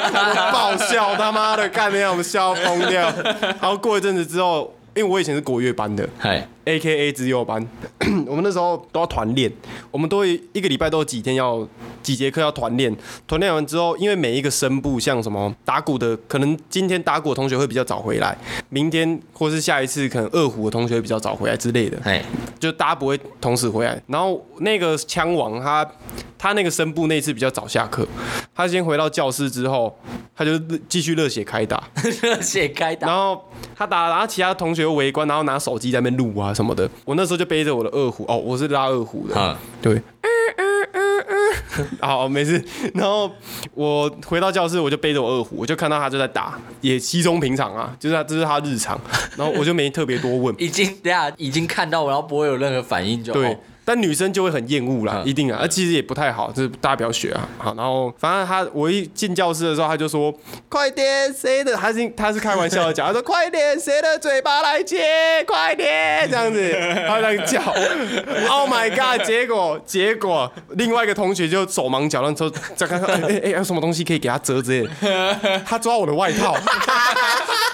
S1: 爆笑他妈的，干掉我们笑疯掉。然后过一阵子之后，因为我以前是国乐班的
S3: 嗨，
S1: ，A K A 自由班， 我们那时候都要团练，我们都会一个礼拜都有几天要几节课要团练，团练完之后，因为每一个声部像什么打鼓的，可能今天打鼓的同学会比较早回来，明天或是下一次可能二胡的同学会比较早回来之类的。
S3: 嗨，
S1: 就大家不会同时回来。然后那个枪王他他那个声部那次比较早下课，他先回到教室之后，他就继续热血开打，
S3: 热血开打
S1: 然，后他打，然后其他同学又围观，然后拿手机在那边录啊什么的。我那时候就背着我的二胡，哦，我是拉二胡的，
S3: 嗯
S1: 对。 好，没事。然后我回到教室，我就背着我二胡，我就看到他就在打，也稀松平常啊，就是他这、是他日常。然后我就没特别多问，
S3: 已经对啊，已经看到我，然后不会有任何反应就
S1: 对
S3: 哦。
S1: 但女生就会很厌恶啦，
S3: 嗯
S1: 一定啊，那其实也不太好，就是大家不要学啊。好，然后反正他我一进教室的时候，他就说：“快点，谁的？”他是他是开玩笑的 讲，他说：“快点，谁的嘴巴来接？快点！”这样 子，他这样叫。Oh my god！结果结果，另外一个同学就手忙脚乱说：“再看看，哎哎哎，有什么东西可以给他折之类的。”他抓我的外套。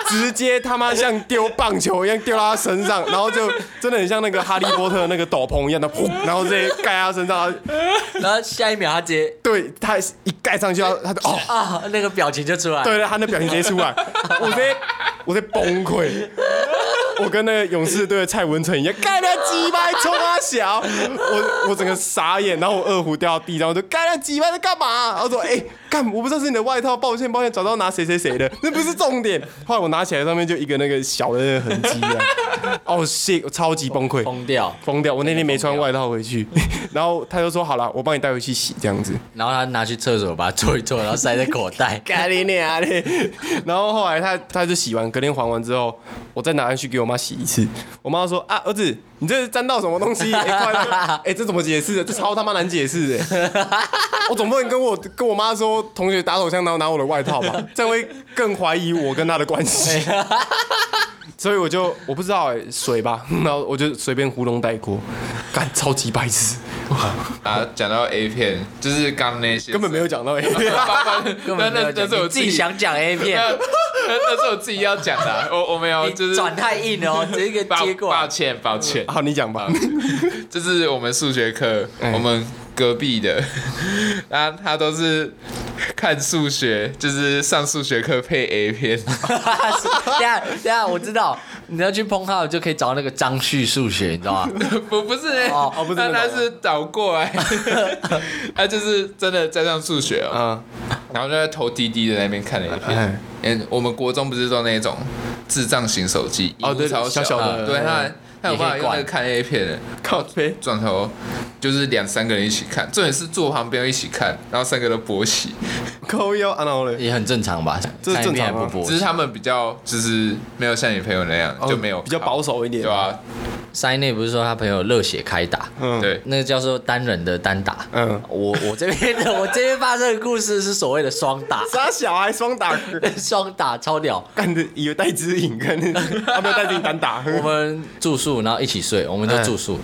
S1: 直接他妈像丢棒球一样丢到他身上，然后就真的很像那个哈利波特那个斗篷一样的，砰，然后直接盖他身上，他
S3: 然后下一秒他直接
S1: 对他一盖上去，他他就哦，
S3: 啊，那个表情就出来。
S1: 对对，他那表情直接出来，我直接我直接崩溃。我跟那个勇士队的蔡文成一样，盖他鸡巴冲他小，我我整个傻眼，然后我二胡掉到地上，我说盖他鸡巴在干嘛？然后说哎、干，我不知道是你的外套，抱歉抱歉，找到拿谁谁谁的，那不是重点。后来我拿起来，上面就一个那个小的那个痕迹啊，哦 shit，我超级崩溃，
S3: 疯掉。
S1: 疯掉。我那天没穿外套回去， 然后他就说好了，我帮你带回去洗这样子。。
S3: 然后他拿去厕所把它搓一搓，然后塞在口袋
S1: 干你娘嘞！ 然后后来他他就洗完，隔天还完之后，我再拿去给我妈洗一次。我妈说啊，儿子，你这是沾到什么东 西？哎、快乐哎、这怎么解释的？这超他妈难解释的。我总不能跟我跟我妈说，同学打手枪，然后拿我的外套吧，这样会更怀疑我跟他的关 系。所以我就我不知道哎、水吧，然后我就随便糊弄带过，干超级白痴，
S2: 啊，讲到 A 片，就是刚那些
S1: 根本没有讲到欸 A
S3: 根
S2: 那
S3: 本没
S2: 那
S3: 有
S2: 那
S3: 讲
S2: 是我
S3: 你自己想讲 A 片，
S2: 那那是我自己要讲的啊，我我没有，就
S3: 你
S2: 是
S3: 转太硬了哦，直接给
S2: 抱
S3: 接过
S2: 抱
S3: 来。嗯
S2: 歉抱歉，
S1: 好，你 讲吧。
S2: 就是我们数学课，
S3: 哎
S2: 我们隔壁的， 他他都是看数学，就是上数学课配 A 片，
S3: 等一下等一下，我知道你要去碰号就可以找到那个张旭数学，你知道吗？
S2: 不不是、欸，
S3: 哦
S1: 哦不是
S2: 他
S1: 那
S2: 他
S1: 种
S2: 是倒过 来， 他就是真的在上数学、哦，
S1: 嗯，
S2: 然后就在头滴滴的那边看 A
S1: 哎
S2: 片，嗯，我们国中不是都那种智障型手机，
S1: 哦对
S2: 荧幕超啊
S1: 小小的
S2: 对
S1: 嗯
S2: 他。他有办法
S3: 也可以
S2: 用那
S3: 灌
S2: 个看 A 片 的，靠背转头就是两三个人一起看，重点是坐旁边一起看，然后三个都勃起，
S1: 扣腰啊，然后嘞，
S3: 也很正常吧？
S1: 这
S3: 看一遍
S1: 正常啊
S3: 也不播
S2: 只是他们比较就是没有像你朋友那样、就没有
S1: 哦比较保守一点，
S2: 对啊吧、
S3: 塞内不是说他朋友热血开打，
S1: 嗯，
S2: 对，
S3: 那个叫做单人的单打。
S1: 嗯，
S3: 我我这边 的我这边发生的故事是所谓的双打，
S1: 傻小孩双打，
S3: 双打超屌。
S1: 干的有带指引，干 的，他没有带指引单打，
S3: 我们住宿，然后一起睡，我们
S1: 嗯
S3: 都住宿，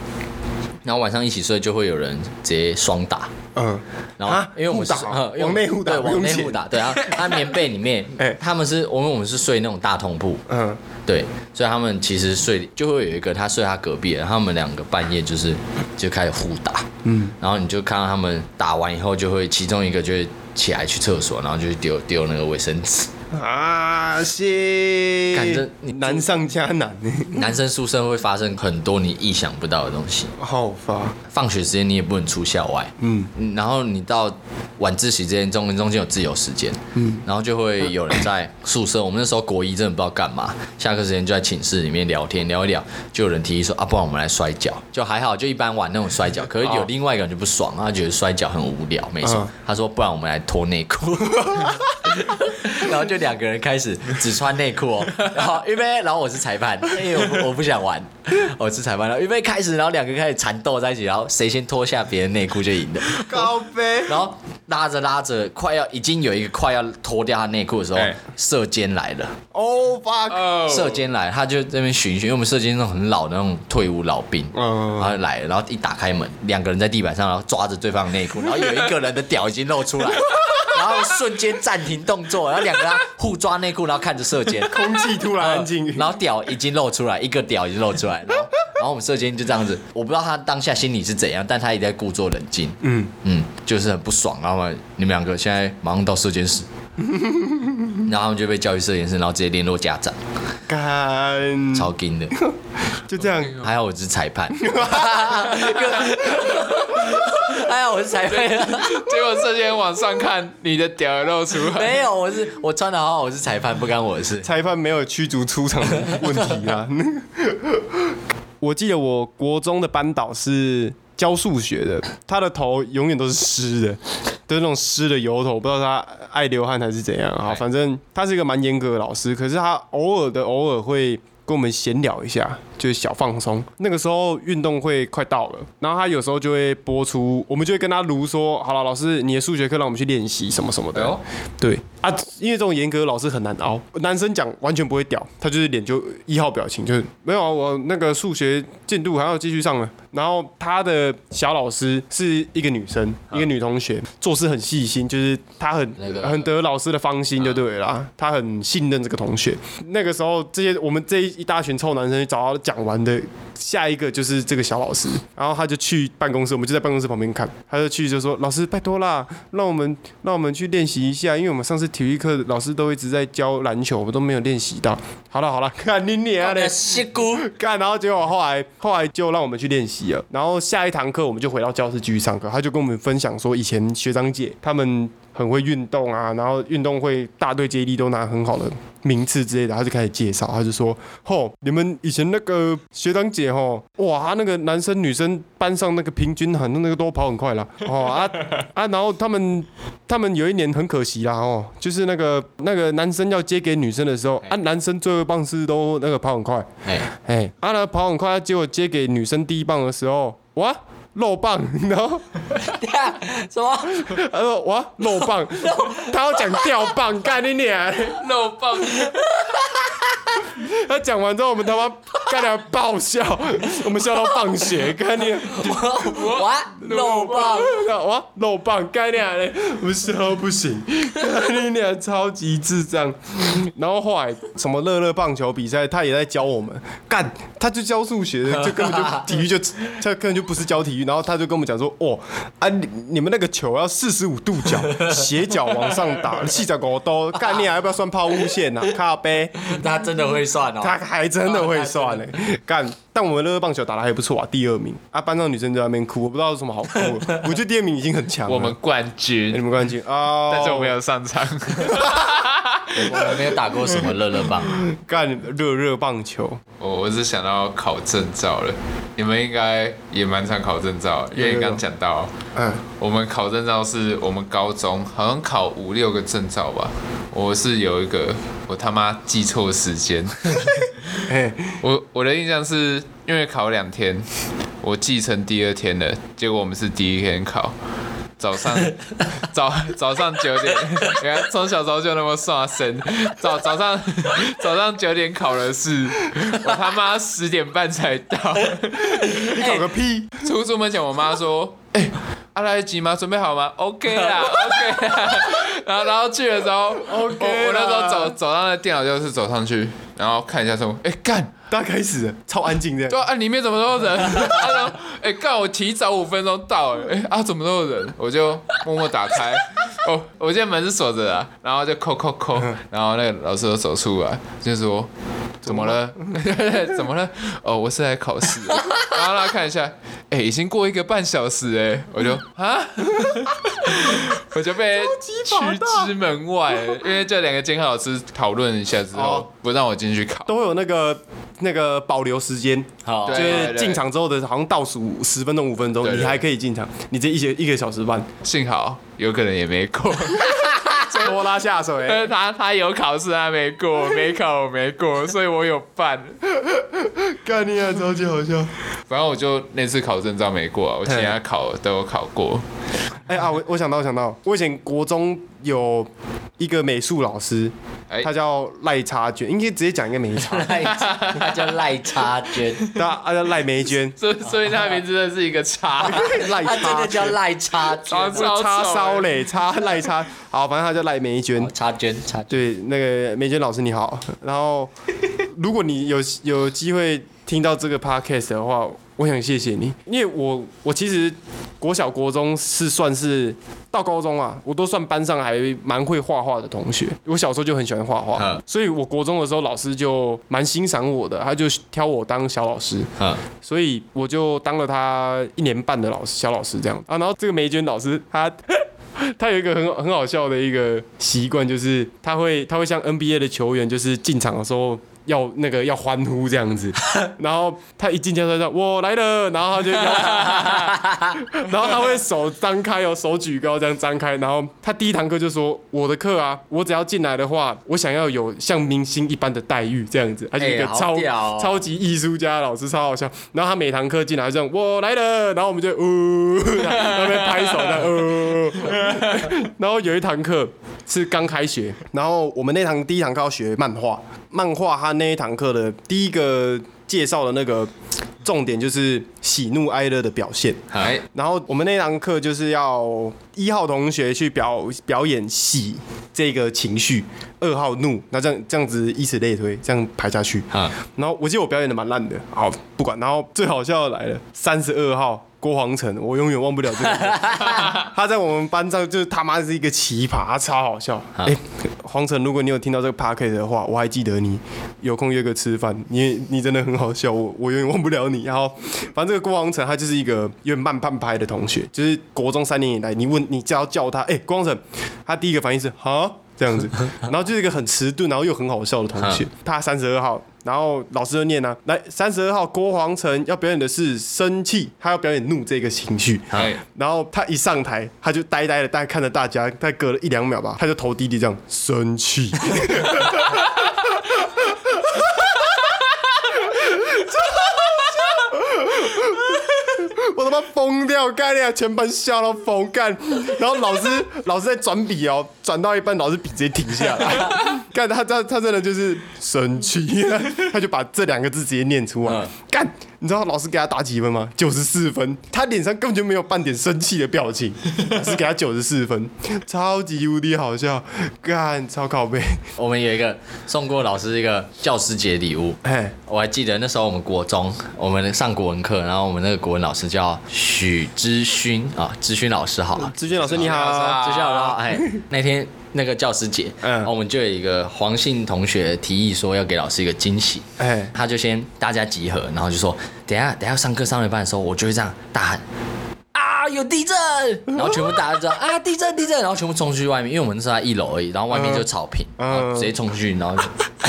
S3: 然后晚上一起睡就会有人直接双打，
S1: 嗯，
S3: 然后
S1: 啊
S3: 因为我们是
S1: 互打
S3: 嗯因为我
S1: 往
S3: 们
S1: 内互打
S3: 对，
S1: 不用
S3: 往内
S1: 钱
S3: 互打，对啊，他棉被里面
S1: 哎，
S3: 他们是我们我们是睡那种大通铺，
S1: 嗯，
S3: 对，所以他们其实睡就会有一个他睡他隔壁的，然后他们两个半夜就是就开始互打，嗯，然后你就看到他们打完以后，就会其中一个就会起来去厕所，然后就去丢丢那个卫生纸。
S1: 啊，谢，
S3: 干这你
S1: 难上加难呢，
S3: 男生宿舍会发生很多你意想不到的东西，
S1: 好 发，
S3: 放学时间你也不能出校外，
S1: 嗯，
S3: 嗯然后你到晚自习之间中中间有自由时间，嗯，然后就会有人在宿舍，我们那时候国一真的不知道干嘛，下课时间就在寝室里面聊天聊一聊，就有人提议说啊，不然我们来摔跤，就还好，就一般玩那种摔跤，可是有另外一个人就不爽，他觉得摔跤很无聊，没什么
S1: 哦嗯，
S3: 他说不然我们来脱内裤。 然后就两个人开始只穿内裤哦，然后预备，然后我是裁判，因为我不我不想玩，我是裁判，然后预备开始，然后两个开始缠斗在一起，然后谁先脱下别人内裤就赢了，
S1: 高飞，
S3: 然后拉着拉着，快要已经有一个快要脱掉他内裤的时候
S2: 哎，
S3: 射箭来了，
S1: 哦 fuck，
S2: 哦
S3: 射箭来，他就这边巡一巡，因为我们射箭那种很老的那种退伍老兵，
S1: 嗯
S3: 然后来了，然后一打开门，两个人在地板上，然后抓着对方的内 裤，然后有一个人的屌已经露出来了。然后瞬间暂停动作，然后两个人互抓内裤，然后看着射箭，
S1: 空气突 然安静，
S3: 然后屌已经露出来，一个屌已经露出来，然后然后我们射箭就这样子，我不知道他当下心里是怎样，但他也在故作冷静，
S1: 嗯，
S3: 嗯，就是很不爽，然后嘛你们两个现在马上到 射箭室，然后他们就被叫去射箭室，然后直接联络家长，
S1: 干，
S3: 超劲的，
S1: 就这样，
S3: 还好我是裁判， 还好我是裁判，
S2: 结果瞬间往上看，你的屌也露出来，
S3: 没有，我是我穿的好好，我是裁判，不干我的事。
S1: 裁判没有驱逐出场的问题啊。 我记得我国中的班导是教数学的，他的头永远都是湿的，都是那种湿的油头，我不知道他爱流汗还是怎样啊。反正他是一个蛮严格的老师，可是他偶尔的偶尔会。跟我们闲聊一下，就是小放松。那个时候运动会快到了，然后他有时候就会播出，我们就会跟他如说：“好了，老师，你的数学课让我们去练习什么什么的。
S2: 哎呦
S1: 对啊，因为这种严格的老师很难熬，男生讲完全不会屌，他就是脸就一号表情，就是没有啊，我那个数学进度还要继续上呢。然后他的小老师是一个女生，一个女同学，做事很细心，就是她很、
S3: 啊那个
S1: 很得老师的芳心就对了啦，她很信任这个同学。那个时候，这些我们这一大群臭男生找到讲完的下一个就是这个小老师，然后他就去办公室，我们就在办公室旁边看，他就去就说：“老师，拜托啦，让我们让我们去练习一下，因为我们上次体育课老师都一直在教篮球，我们都没有练习到。好了好 了，看你娘嘞！”
S3: 西姑，
S1: 干，然后结果后来后来就让我们去练习了，然后下一堂课我们就回到教室继续上课，他就跟我们分享说以前学长姐他们很会运动啊，然后运动会大队接力都拿很好的名次之类的，他就开始介绍，他就说：吼，你们以前那个学长姐吼，哇，他那个男生女生班上那个平均好像那个都跑很快了，哦啊啊，然后他们他们有一年很可惜啦哦，就是那个那个男生要接给女生的时候，啊，男生最后一棒是都那个跑很快。
S3: 哎，
S1: 哎，阿兰跑很快，结果接给女生第一棒的时候，哇，漏棒， 然后
S3: 等一下什么？
S1: 他说哇漏棒，他要讲掉 棒，干你娘！
S2: 露棒，
S1: 他讲完之后，我们他妈干俩爆笑，我们笑到放血，干你！
S3: 哇，肉棒！
S1: 哇漏棒，干你娘嘞！我们笑到不行，干你娘超级智障。然后后来什么乐乐棒球比赛，他也在教我们，干他就教数学的，就根本就体育就他根本就不是教体育，然后他就跟我们讲说，哦啊你你们那个球要四十五度角斜角往上打，细脚狗都干你还要不要算抛物线呐、啊？ 靠背，
S3: 他真的会算哦。
S1: 他还真的会算呢、欸干，但我们乐乐棒球打的还不错啊，第二名啊，班上女生就在那边哭，我不知道有什么好哭的，我觉得第二 名已经很强了。
S2: 我们
S1: 哎
S2: 冠
S1: 你
S2: 军，
S1: 们冠军啊，
S2: 但是我没有上场。
S3: 我们没有打过什么乐乐棒，啊
S2: 哦
S1: 干热热棒球，
S2: 我我是想到考证照了，你们应该也蛮常考证照，因为你
S1: 有有
S2: 刚讲到，
S1: 嗯，
S2: 我们考证照是我们高中好像考五六个证照吧，我是有一个我他妈记错时间，
S1: 哎，
S2: 我我的印象是因为考两天， 我记成第二天了，结果我们是第一天考。早上早早上九点， 你看从小时候就那么刷身。早早上 早上九点考的是，我他妈十点半才到。
S1: 你搞个屁！
S2: 出出门前，我妈说：“哎、阿来得及吗？准备好吗 ？OK 啦，OK 啦。”然后然后去的时候
S1: OK
S2: 我我那时
S1: 啦
S2: 候走走到那电脑教室走上去，然后看一下说：“哎、干，
S1: 大家开始了超安静的
S2: 对，啊，里面怎么都有 人？他说：“哎、干，我提早五分钟到、哎、啊，怎么都有人？”我就默默打开，哦，我现在门是锁着的啊，然后就扣扣扣，然后那个老师就走出来，就说：“怎么了？ 怎么了？哦，我是来考试的。” 然后他看一下，哎、已经过一个半小时、哎，我就啊， 我就被
S1: 超级
S2: 驱
S1: 爆炸
S2: 之门外，因为这两个监考老师讨论一下之
S1: 哦
S2: 后，不让我进去考。
S1: 都会有那个那个保留时间，
S3: 好
S1: 就
S2: 对
S1: 是进场之后的好像倒数十分钟、五分钟，
S2: 对对
S1: 你还可以进场，你这一节一个小时半，
S2: 幸好有可能也没过。
S1: 多拉下水。
S2: 呃， 他他有考试，他没过，没考我没过，所以我有办。
S1: 干你啊，超级好笑！
S2: 反正我就那次考证照没过啊，我其他考都有考过。
S1: 哎啊，我我想到，我想到，我以前国中有一个美术老师，
S2: 哎
S1: 他叫赖茶卷，应该直接讲一个没 差，
S3: 赖，他叫赖插娟，
S1: 他他叫啊赖梅
S2: ，
S1: 娟
S2: 所以所以他名字真的是一个 叉，
S1: 赖
S3: 他真
S1: 茶
S3: 的
S1: 卷
S3: 叫赖插娟
S2: 啊，超
S1: 叉
S2: 丑
S1: 烧
S2: 欸
S1: 嘞，叉赖叉，好，反正他叫赖梅娟。
S3: 插娟插娟，
S1: 对，那个梅娟老师你好。然后，如果你有有机会听到这个 podcast 的话，我想谢谢你，因为我我其实国小国中是算是到高中啊，我都算班上还蛮会画画的同学。我小时候就很喜欢画画
S3: 嗯，
S1: 所以我国中的时候老师就蛮欣赏我的，他就挑我当小老师。
S3: 嗯，
S1: 所以我就当了他一年半的老师，小老师这样啊。然后这个梅娟老师， 他他有一个很很好笑的一个习惯，就是他会他会像 NBA 的球员，就是进场的时候。要那个要欢呼这样子，然后他一进教室说“我来了”，然后他就要，然后他会手张开哦，手举高这样张开，然后他第一堂课就说：“我的课啊，我只要进来的话，我想要有像明星一般的待遇这样子。”他就一个
S3: 哎好
S1: 超、
S3: 屌哦
S1: 超级艺术家老师超好笑，然后他每堂课进来就这样，我来了，然后我们就呜， 然后在那边拍手的，呜。 然后有一堂课是刚开学，然后我们那堂第一堂课要学漫画，漫画它那一堂课的第一个介绍的那个重点就是喜怒哀乐的表现。
S2: 哎，
S1: 然后我们那堂课就是要一号同学去表表演喜这个情绪，二号怒，那这样这样子以此类推，这样排下去。
S3: 嗯
S1: 然后我记得我表演的蛮烂的，好不管。然后最好笑的来了，三十二号郭皇城，我永远忘不了这个人。他在我们班上就是他妈是一个奇葩，他超好笑。哎、皇城，如果你有听到这个 p a c k e t 的话，我还记得你，有空约个吃饭，你你真的很好笑，我我永远忘不了你。然后，反正这个郭皇城他就是一个有点慢半拍的同学，就是国中三年以来，你问你只要叫他，哎、郭皇城，他第一个反应是哈。这样子，然后就是一个很迟钝，然后又很好笑的同学
S3: 嗯。
S1: 他三十二号，然后老师就念啊，来三十二号郭皇城要表演的是生气，他要表演怒这个情绪。
S2: 哎，
S1: 然后他一上台，他就呆呆的，大概看着大家，大概隔了一两秒吧，他就头低低这样生 气，超好笑我他妈疯掉，干你啊！全班笑到疯干，然后老 师老师在转笔哦，转到一半，老师笔直接停下 来，干他他他真的就是生 气，他就把这两个字直接念出来
S3: 嗯，
S1: 干，你知道老师给他打几分吗？九十四分，他脸上根本就没有半点生气的表 情，老师给他九十四分，超级无敌好笑，干超靠背，
S3: 我们有一个送过老师一个教师节礼物，
S1: 哎，
S3: 我还记得那时候我们国中，我们上国文课，然后我们那个国文老师叫许知勋啊，知勋老师好了，
S1: 志娟老师你好，
S2: 好
S3: 知勋老师，哎，那天那个教师节，
S1: 嗯
S3: 嗯，我们就有一个黄姓同学提议说要给老师一个惊喜，
S1: 哎，
S3: 他就先大家集合，然后就说，等一下等一下上课上了一半的时候，我就会这样大喊。啊！啊有地震，然后全部大家就知道啊地震地震，然后全部冲出去外面，因为我们是在一楼而已，然后外面就草坪，然后直接冲出去，然后就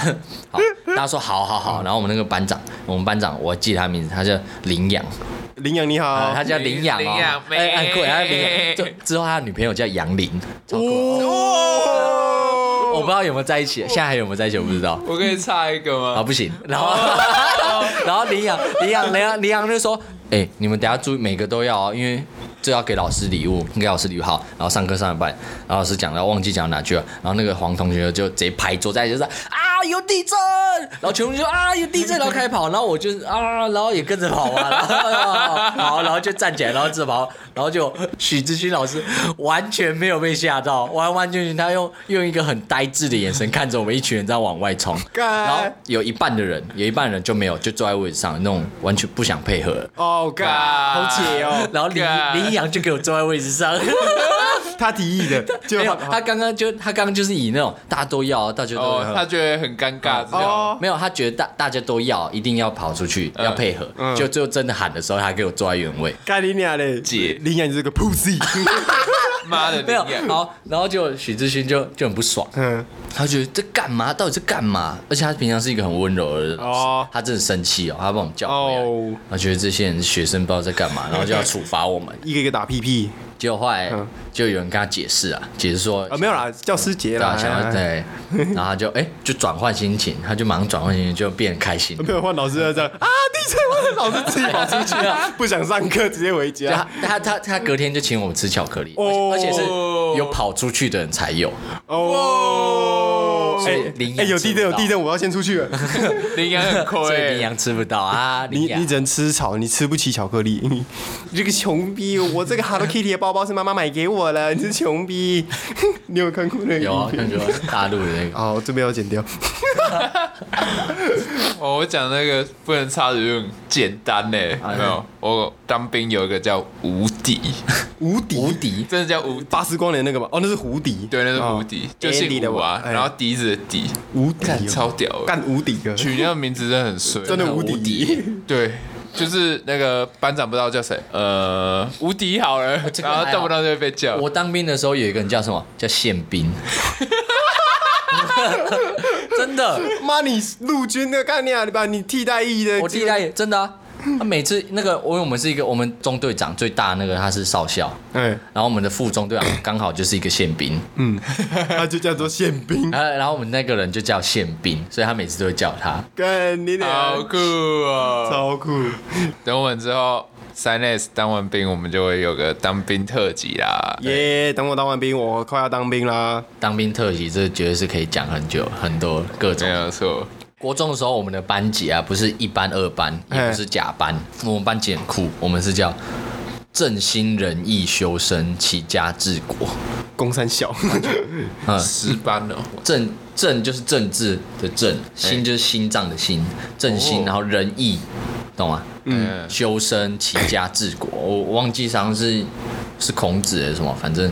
S3: 好，大家说好好好，然后我们那个班长，我们班长我记得他名字，他叫林养，
S1: 羚羊你
S3: 啊
S1: 好，
S3: 他叫林养
S2: 林
S3: 哦
S2: 养，妹
S3: 哎哎，对，他叫林养，就之后他女朋友叫杨林，超酷的，
S1: 哦，
S3: 我不知道有没有在一起，现在还有没有在一起我不知道。
S2: 我可以插一个
S3: 啊，
S2: 吗？
S3: 不行， 然后，然后林阳，林阳，林阳，林阳就说：“哎、你们等下注意，每个都要、哦，因为这要给老师礼物，给老师礼物好。”然后上课上一半，然后老师讲到忘记讲哪句了，然后那个黄同学就直接拍桌在地上啊，有地震！然后全部就啊，有地震！然后开始跑，然后我就啊，然后也跟着跑啊，然后 好，然后就站起来，然后自跑，然后就许志勋老师完全没有被吓到，完完全全他用用一个很呆滞的眼神看着我们一群人在往外冲，
S1: 干
S3: 然后有一半的人，有一半人就没有，就坐在位置上，那种完全不想配合了。
S1: 哦，干，好解哦，
S3: 然后林
S2: 干
S3: 林阳就给我坐在位置上，
S1: 他提议的，就
S3: 没有，他刚刚就他刚刚就是以那种大家都要，大家都
S2: 哦，他
S3: 要。
S2: 觉得很尴尬，这样。
S1: 哦，
S3: 没有，他觉得大大家都要，一定要跑出去，
S1: 嗯
S3: 要配合。就最后真的喊的时候，他给我坐在原 位。
S1: 干你娘嘞，
S2: 解
S1: 羚羊你是个 pussy，
S2: 妈的，
S3: 没有
S2: 林养，
S3: 好，然后就许志勋就就很不爽，
S1: 嗯，
S3: 他觉得这干嘛？到底是干嘛？而且他平常是一个很温柔的人，
S1: 哦
S3: 他真的生气哦，他把我们叫回来，
S1: 哦
S3: 他觉得这些人学生不知道在干嘛，然后就要处罚我们。
S1: 一个一个打屁屁
S3: 结果后来就有人跟他解释啊，解释说
S1: 嗯啊，没有哎啦，叫师姐
S3: 对啊，
S1: 啦，
S3: 想要对，然后他就哎、就转换心情，他就马上转换心情，就变开心。
S1: 没有换老师在这样啊，地震，我的老师自己跑出去了，不想上课直接回
S3: 对啊
S1: 家
S3: 他，他他他隔天就请我们吃巧克力，
S1: 啊哦
S3: 而且而且是有跑出去的人才有。
S1: 哦，
S3: 所以
S1: 哎
S3: 羚羊
S1: 哎，有地震
S3: 吃不
S1: 有
S3: 到
S1: 地震，我要先出去了。
S2: 林养很亏
S3: 所以
S2: 欸，
S3: 羚羊吃不到啊，羚
S1: 你
S3: 羊
S1: 你只能吃草，你吃不起巧克力。你 这个穷逼，我这个 Hello Kitty 的包包是妈妈买给我了，你是穷逼。 你有看过那个
S3: 有啊
S1: 影，片
S3: 感觉大陆的那个。
S1: 哦，这边要剪掉。
S2: 哦，我讲那个不能插的就很简单呢，有没有？我当兵有一个叫无敌，
S1: 无敌，
S3: 无敌，
S2: 真的叫无敌，
S1: 巴斯光年那个吧？哦，那是胡迪。
S2: 对，那是无敌
S1: 哦，
S2: 就
S1: Andy
S2: 姓
S1: 的
S2: 吴啊，
S1: 哎
S2: 然后笛子的笛，
S1: 无敌
S2: 干
S1: 哦，
S2: 超屌的，
S1: 干无敌哥，
S2: 取那个名字真的很衰，
S1: 真的无
S3: 无
S1: 敌
S3: 敌。
S2: 对。就是那个班长不知道叫谁，呃，无敌好了，
S3: 这 个
S2: 然后
S3: 还好
S2: 动不动就会被叫。
S3: 我当兵的时候有一个人叫什么？叫宪 兵。 真的，
S1: 妈，你陆军的干你啊！你把你替代役的，
S3: 我替代也真的啊。他每次那个，我因为我们是一个我们中队长最大那个他是少校，
S1: 哎，
S3: 然后我们的副中队长刚好就是一个宪兵，
S1: 他就叫做宪 兵。
S3: 然后然后我们那个人就叫宪兵，所以他每次都会叫他。
S1: 干你
S2: 好
S1: 俩，
S2: 酷哦！
S1: 超酷。
S2: 等我们之后三 S 当完兵，我们就会有个当兵特辑啦。
S1: 耶！等我当完兵，我快要当兵啦。
S3: 当兵特辑这绝对是可以讲很久，很多各种
S2: 没。有错，
S3: 国中的时候，我们的班级啊，不是一班、二班，也
S1: 嘿
S3: 不是甲班，我们班级很酷，我们是叫正心仁义修身齐家治国。
S1: 公三小，
S2: 十班哦了，
S3: 正正就是政治的正，心就是心脏的心，正心，然后仁义，懂吗？
S2: 嗯，
S3: 修身齐家治国，我我忘记好像是是孔子还是什么，反正。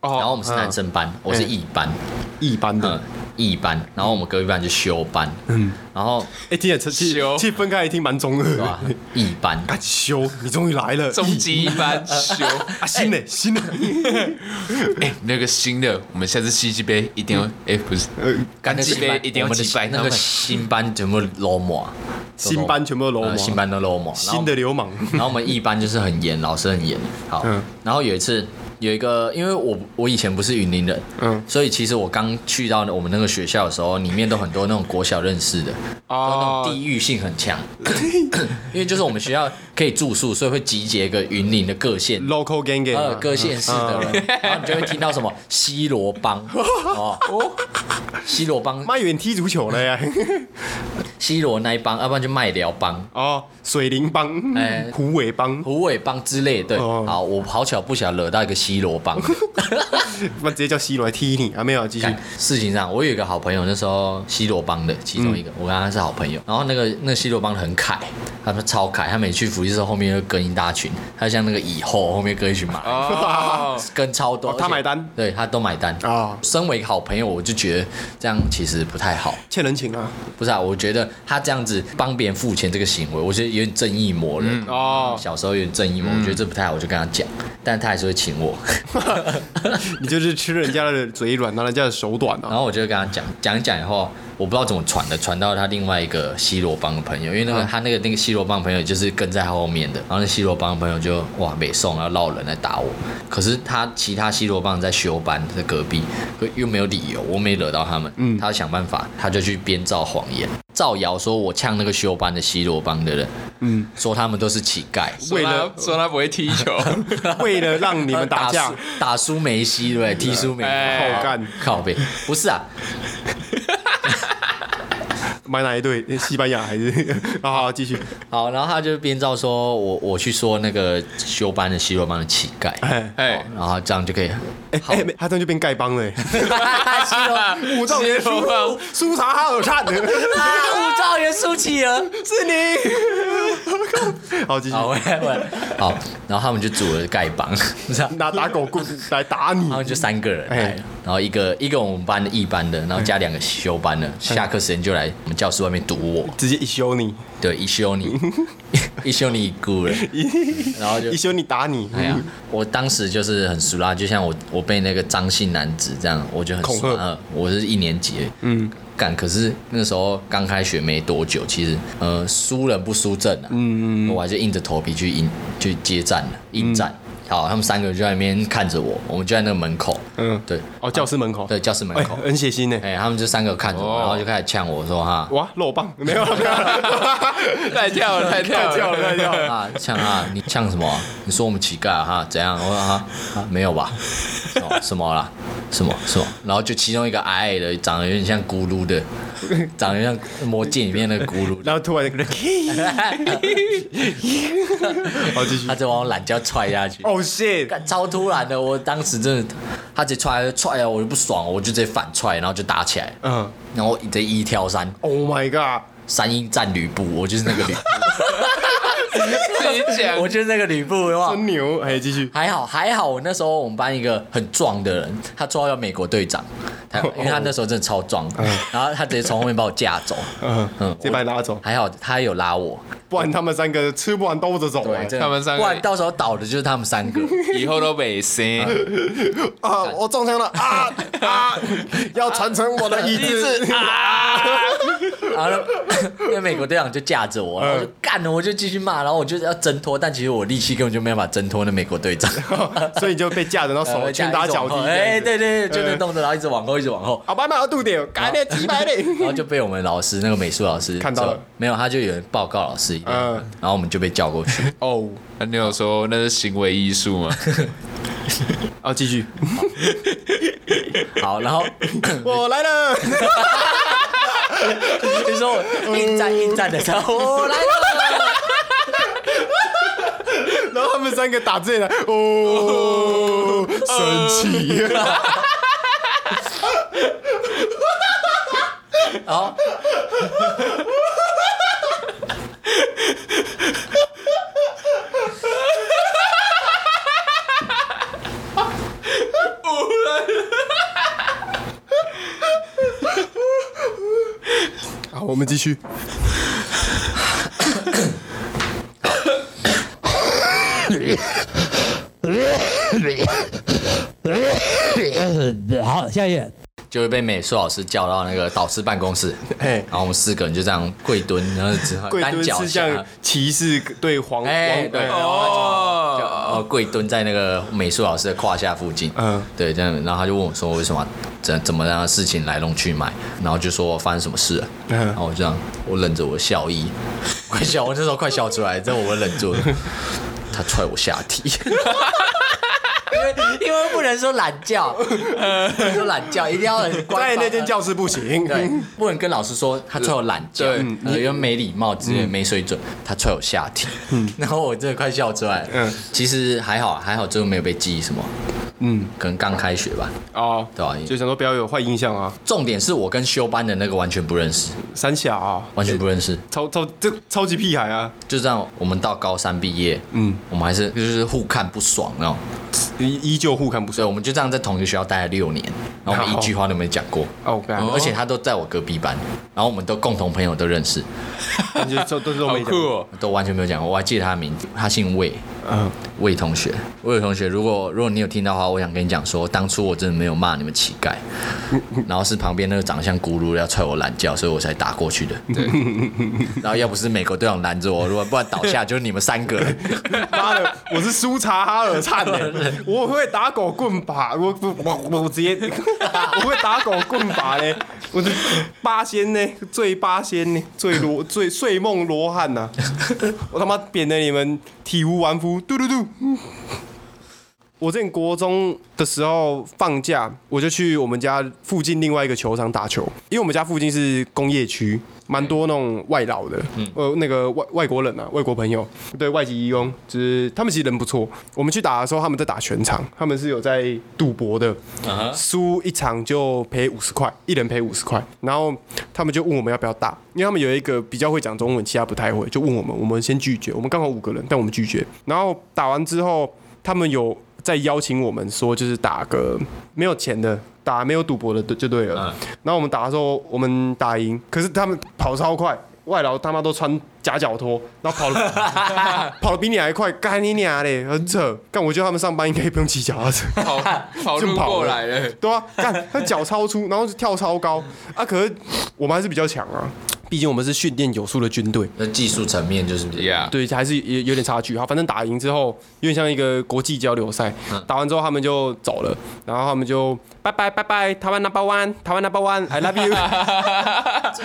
S3: 然后我们是男生班，我是义班，
S1: 一般
S3: 嗯
S1: 的。，
S3: 义班，然后我们隔壁班就修班，嗯，然后
S1: 哎，听起来其
S2: 修
S1: 实其实分开一听蛮中二
S3: 对吧
S1: 的。？
S3: 义班，
S1: 敢修，你终于来 了，
S2: 终极一班 修。
S1: 啊，新的新的，
S2: 哎，那个新的，我们下次西西杯一定要，哎，不是，
S1: 呃
S2: 干
S3: 那个
S2: 西
S3: 新
S2: 杯
S3: 班
S2: 一定要
S3: 我们的
S2: 击败
S3: 那
S2: 他
S3: 个
S2: 们。
S3: 新班全部 low 模，
S1: 新班全部都 low
S3: 啊呃
S1: 模
S3: 新班都 low 模，然后
S1: 新的流氓，
S3: 然后我们一班就是很严，老师很严。好，
S1: 嗯
S3: 然后有一次有一个，因为我我以前不是云林人，
S1: 嗯
S3: 所以其实我刚去到我们那个学校的时候，里面都很多那种国小认识的，都
S1: 哦
S3: 那种地域性很强。 因为就是我们学校可以住宿，所以会集结一个云林的各县。
S1: local gang
S3: 呃，
S1: gang，
S3: 各县市的人，
S1: 嗯
S3: 然后你就会听到什么西罗帮哦，西罗帮、
S1: 妈以为你踢足球了 呀，
S3: 西罗那一帮，要啊不然就麦寮帮，
S1: 哦，水灵帮
S3: 哎，
S1: 虎尾帮，
S3: 虎尾帮之类的。对，
S1: 哦
S3: 好，我好巧不巧惹到一个西罗帮，
S1: 妈直接叫 C 罗来踢你啊，没有，继续
S3: 干，事情上，我有一个好朋友，那时候西
S1: 嗯
S3: 罗帮的其中一个，我跟他是好朋友。然后那个那个西罗帮的很凯，他们超凯，他每去福一次后面又跟一大群，他像那个以后后面跟一群马来人，
S2: 哦，
S3: 跟超多，
S1: 哦他
S3: 而且
S1: 买单
S3: 对他都买单
S1: 啊
S3: 身为好朋友，我就觉得这样其实不太好。
S1: 欠人情啊，
S3: 不是啊，我觉得他这样子帮别人付钱这个行为，我觉得有点正义魔人。
S1: 哦，
S3: 小时候有点正义魔，我觉得这不太好，我就跟他讲，但他还是会请 我。
S1: 你就是吃人家的嘴软，拿人家的手短
S3: 然
S1: 啊。
S3: 后我就跟他讲讲一讲以后，我不知道怎么传的，传到他另外一个西罗帮的朋友，因为那个、
S1: 嗯
S3: 他那个那个西罗帮的朋友就是跟在他后面的，然后那西罗帮的朋友就哇没送，然后绕人来打我。可是他其他西罗帮在休班在隔壁，可又没有理由，我没惹到他们，嗯，他想办法，他就去编造谎言，造谣说我呛那个休班的西罗帮的人，嗯，说他们都是乞丐。
S1: 为
S2: 为
S1: 了
S2: 了说他不会踢 球，
S1: 为了让你们打架嗯
S3: 输，哦 打输梅西对不对？踢输梅西，
S2: 哎
S1: 好干
S3: 靠背不是啊，
S1: 买哪一队？西班牙还是？ 好好继续。
S3: 好，然后他就编造说我我去说那个休班的西罗帮的乞丐，
S1: 哎
S2: 哎，
S3: 然后这样就可以。
S1: 哎哎，没他这样就变丐帮了欸。
S3: 西罗
S1: 武状元苏苏察哈尔 汗，
S3: 啊，武状元苏乞儿是你。
S1: 好继续
S3: 好，喂喂，好，然后他们就组了丐帮，你知道。
S1: 拿打狗棍来打你
S3: 他。们就三个人来
S1: 哎，
S3: 然后一个一个我们班的一班的，然后加两个休班
S1: 哎
S3: 的，下课时间就来我们教室外面堵我，
S1: 直接一休你，
S3: 对，一休你， 一休你一顾了，然后 就
S1: 一休你打你，嗯
S3: 哎呀，我当时就是很熟啦，就像我我被那个张姓男子这样，我就很
S1: 恐
S3: 熟
S1: 吓
S3: 啦。我是一年级，嗯，干。可是那时候刚开学没多久，其实呃，输人不输阵啊，嗯嗯，嗯我还是硬着头皮去迎去接战了，应战。好，他们三个就在那边看着我，我们就在那个门口，
S1: 嗯
S3: 嗯，对
S1: 哦，教室门口，
S3: 对，教室门
S1: 哎，
S3: 口，
S1: 很血腥呢。
S3: 哎、他们就三个看着我，
S2: 哦
S3: 然后就开始呛我说哈，
S1: 哇，肉棒没有了， 没有了，
S2: 太跳了，太跳
S1: 跳
S2: 了，
S1: 了跳了。
S3: 啊，呛啊！你呛什么、你说我们乞丐啊？哈怎样？我说啊啊，没有吧？哦，什么啦？什么什么？然后就其中一个矮矮的，长得有点像咕噜的，长得像魔戒里面那个咕噜的，
S1: 然后突然，
S3: 哎
S1: 好继续
S3: 他。就往我懒觉踹下去。
S1: 哦 shit！
S3: 干超突然的，我当时真的，他直接踹，他就踹啊，我就不爽，我就直接反踹，然后就打起来，
S1: 嗯
S3: 然后直接一挑三，
S1: ，Oh my god！
S3: 三英战吕布，我就是那个吕 布，
S2: 自己讲
S3: 我就是那个吕布，有没有
S1: 真牛，哎，继续。
S3: 还好还好，我那时候我们班一个很壮的人，他抓到美国队长，他
S1: 哦
S3: 因为他那时候真的超壮，然后他直接从后面把我架走。
S1: 嗯
S3: 嗯
S1: 嗯，先把你拉走，
S3: 还好他有拉我，
S1: 不然他们三个吃不完兜着走。哎
S3: 真的
S2: 他们三个
S3: 不然到时候倒的就是他们三 个。
S2: 以后都北生，
S1: 啊，我中枪了啊啊！ 要传承我的意志啊！
S3: 然后那那美国队长就架着我，
S1: 嗯
S3: 然后我就干了，我就继续骂，然后我就要挣脱，但其实我力气根本就没办法挣脱那美国队 长，
S1: 所以你就被架着，然后
S3: 呃
S1: 手哦拳打 脚踢。
S3: 哎，对对，对就
S1: 呃
S3: 那动作，然后一直往后，一直往后，
S1: 阿爸妈度点，改点几百嘞。
S3: 然后就被我们老师那个美术老师
S1: 看到了
S3: 说，没有，他就有人报告老师一遍，
S1: 嗯
S3: 然后我们就被叫过去。
S1: 哦，
S2: 那啊你有说那是行为艺术 吗？
S1: 啊，继续，
S3: 好，然 后
S1: 我来了。
S3: 就说我应战应战的时候，我来了，
S1: 然后他们三个打字来，哦，生 气。
S3: 然后。
S1: 好，我们继续。
S5: 好，下一页。
S3: 就会被美术老师叫到那个导师办公室，
S1: 哎
S3: 然后我们四个人就这样跪蹲，然后只好
S1: 贵
S3: 单
S1: 敦
S3: 脚
S1: 是
S3: 下
S1: 像，骑士对黄黄
S3: 哎，对，然
S1: 哎
S3: 后他就就呃跪蹲在那个美术老师的胯下附近，
S1: 嗯
S3: 嗯，对，这样，然后他就问我说为什么怎怎么样的事情来龙去脉，然后就说发生什么事了，
S1: 嗯
S3: 然后我就这样，我忍着我的笑意， 快笑，我那时候快笑出来，但我忍 住了，他踹我下体。 因为因为不能说懒觉， 不能说懒觉，一定要很官
S1: 在
S3: 方
S1: 那间教室不行。 嗯
S3: 对，不能跟老师说他踹我懒觉，
S2: 对
S3: 呃，因为没礼貌之类，没水准，他踹我嗯 下体，然后我真的快笑出来。
S1: 嗯
S3: 嗯，其实还好，还好，最后没有被记什么。嗯，可能刚开学吧，
S1: 哦，
S3: 对吧、啊
S1: 就想说不要有坏印象啊，
S3: 重点是我跟休班的那个完全不认识，
S1: 三峡啊，
S3: 完全不认识。
S1: 超超这超级屁孩啊，
S3: 就这样，我们到高三毕业，
S1: 嗯
S3: 嗯，我们还是就是互看不爽那种，
S1: 依依旧互看不
S3: 所
S1: 顺
S3: 以我们就这样在同一个学校待了六年，然后我们
S1: 好
S3: 一句话都没讲过。
S1: 哦，干
S3: 而且他都在我隔壁班，然后我们都共同朋友都认识，
S1: 感觉都都是都
S2: 好
S1: 没
S2: 酷
S1: 讲，
S2: 哦！
S3: 都完全没有讲过。我还记得他的名字，他姓魏，
S1: 嗯，
S3: 魏同学，魏同学，如果如果你有听到的话，我想跟你讲说，当初我真的没有骂你们乞 丐，然后是旁边那个长得像咕噜要踹我懒觉，所以我才打 过去的。对，然后要不是美国队长拦着我，如果不然倒下就是你们三个人。
S1: 妈的，我是苏察哈尔灿 的，我会打狗棍把，我我我我直接，我会打狗棍把嘞，我是八仙呢，最八仙呢，最罗最睡梦罗汉呐、我他妈贬得你们体无完肤，嘟嘟嘟。我之前国中的时候放假，我就去我们家附近另外一个球场打球，因为我们家附近是工业区，蛮多那种外劳的，呃，那个外外国人啊，外国朋友，对外籍义工，就是他们其实人不错。我们去打的时候，他们在打全场，他们是有在赌博的，输一场就赔五十块，一人赔五十块。然后他们就问我们要不要打，因为他们有一个比较会讲中文，其他不太会，就问我们，我们先拒绝。我们刚好五个人，但我们拒绝。然后打完之后，他们有再邀请我们说，就是打个没有钱的，打没有赌博的就就对了。然后我们打的时候，我们打赢，可是他们跑超快。外劳他妈都穿夹脚拖，然后跑了 跑的比你还快，干你娘嘞，很扯！干，我觉得他们上班应该也不用骑脚踏车。
S2: 跑跑
S1: 就
S2: 路
S1: 跑
S2: 过
S1: 了
S2: 来了，
S1: 对啊，干他脚超粗， 然后就跳超高啊，可是我们还是比较强啊，毕竟我们是训练有素的军队，
S3: 那技术层面就是比较
S2: Yeah，
S1: 对，还是有有点差距。好，反正打赢之后，有点像一个国际交流赛，
S2: 嗯
S1: 打完之后他们就走了，然后他们就拜拜拜拜，台湾 number one，台湾 number one，I love you，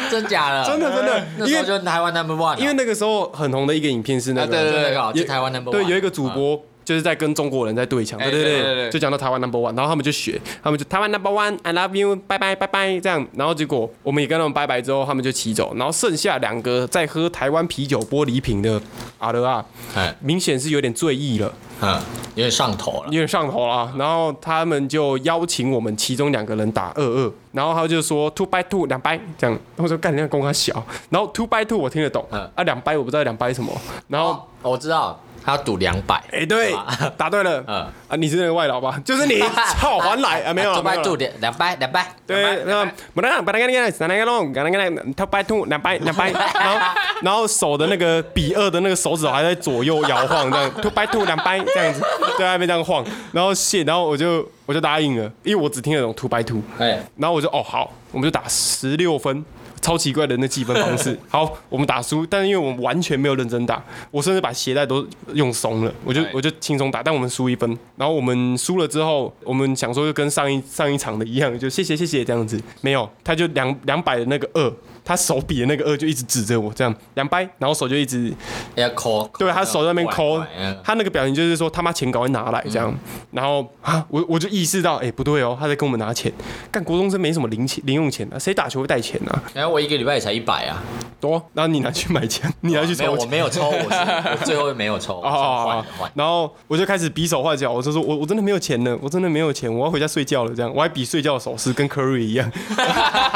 S3: 真假的？
S1: 真的真的
S3: 那
S1: 因
S3: 时
S1: 为
S3: 候就台湾 number one，
S1: 因为那个时候很红的一个影片是那
S2: 啊对
S1: 个
S2: 对
S3: 就
S2: 对
S3: 那个哦
S1: 有
S3: 就台湾 number one，
S1: 对，有一个主播。就是在跟中国人在对枪，
S2: 嗯哎
S1: 对对
S2: 对对
S1: 对，
S2: 对
S1: 就讲到台湾 number one，然后他们就学，他们就台湾 number one，I love you，拜拜拜拜这样，然后结果我们也跟他们拜拜之后，他们就骑走，然后剩下两个在喝台湾啤酒玻璃瓶的阿德啊，
S3: 哎
S1: 明显是有点醉意了，
S3: 嗯，有点上头了
S1: 有。点上头啦，然后他们就邀请我们其中两个人打二二，然后他就说 two by two 两掰这样，我说干人家公他小，然后 two by two 我听得懂，
S3: 嗯
S1: 啊两掰我不知道两掰什么，然后。
S3: 哦，我知道，他要赌两百。
S1: 哎、对
S3: 吧，
S1: 答对了。
S3: 嗯
S1: 啊，你是那个外劳吧？就是 你，操，还来啊？没有了，没有
S3: 两百
S1: 了
S3: 赌两两百两百。
S1: 对，那啊把那把那个那个把那个弄，把那个他掰兔，两掰两掰，然后然后手的那个比二的那个手指头还在左右摇晃，这样兔掰兔两掰这样子，在那边这样晃，然后谢，然后我就我就答应了，因为我只听得懂兔掰兔，
S3: 哎，
S1: 然后我就哦好，我们就打十六分，超奇怪的那计分方式。好，我们打输，但是因为我们完全没有认真打，我甚至把鞋带都用松了，我就
S2: 哎
S1: 我就轻松打，但我们输一分。然后我们输了之后，我们想说就跟上一上一场的一样，就谢谢谢谢这样子。没有，他就两两百的那个二，他手比的那个二就一直指着我这样两百，然后手就一直
S3: 要抠。
S1: 对他手在那边抠
S3: 怪怪的，
S1: 他那个表情就是说他妈钱赶快拿来这
S3: 嗯
S1: 样，然后啊，我我就意识到，哎、不对哦，他在跟我们拿钱，干国中生没什么零钱零用钱啊，谁打球会带钱啊？
S3: 然后我一个礼拜也才一百啊，
S1: 多，然后你拿去买钱， 你拿去
S3: 哦没有，
S1: 抽
S3: 我
S1: 钱。
S3: 没有抽，我是 我最后没有抽，我
S1: 哦
S3: 是
S1: 哦
S3: 换
S1: 哦
S3: 换，。
S1: 然后我就开始比手画脚，我就说我我真的没有钱了，我真的没有钱，我要回家睡觉了，这样，我还比睡觉的手势跟 Curry 一样，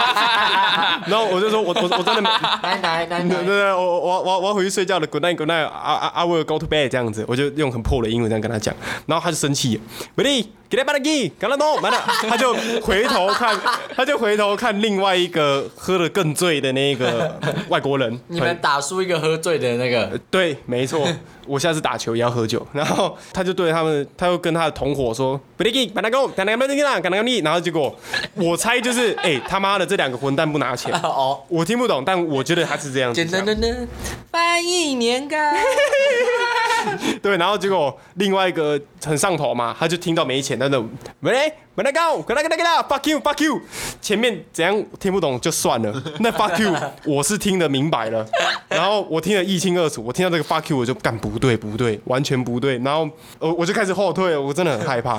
S1: 然后我就说我我我真的没
S3: 来来来
S1: 对对
S3: 来，
S1: 对，我我我我要回去睡觉了，Good night Good night，啊啊啊，I will go to bed 这样子，我就用很破的英文这样跟他讲，然后他就生气了，Ready get up again，干了 no，完了，他就回头看，他就回头看另外一个喝的更醉的那个外国人，
S3: 你们打输一个喝醉的那个，
S1: 对，没错，我下次打球也要喝酒。然后他就对他们，他又跟他的同伙说 b r e a k i n g 把他给我，把他给我，把他给我。然后结果我猜就是，哎、他妈的这两个混蛋不拿 钱，
S3: 哦，
S1: 我听不懂，但我觉得他是这样子
S3: 简
S1: 讲
S3: 单的呢， 翻译年糕，
S1: 对，然后结果另外一个很上头嘛，他就听到没钱，他就喂，没来搞，跟他跟他跟他，fuck you，fuck you。前面怎样听不懂就算了， 那 fuck you 我是听得明白了，然后我听得一清二楚，我听到这个 fuck you 我就干不对不对，完全不对，然后呃我就开始 欸后退了，我真的很害怕，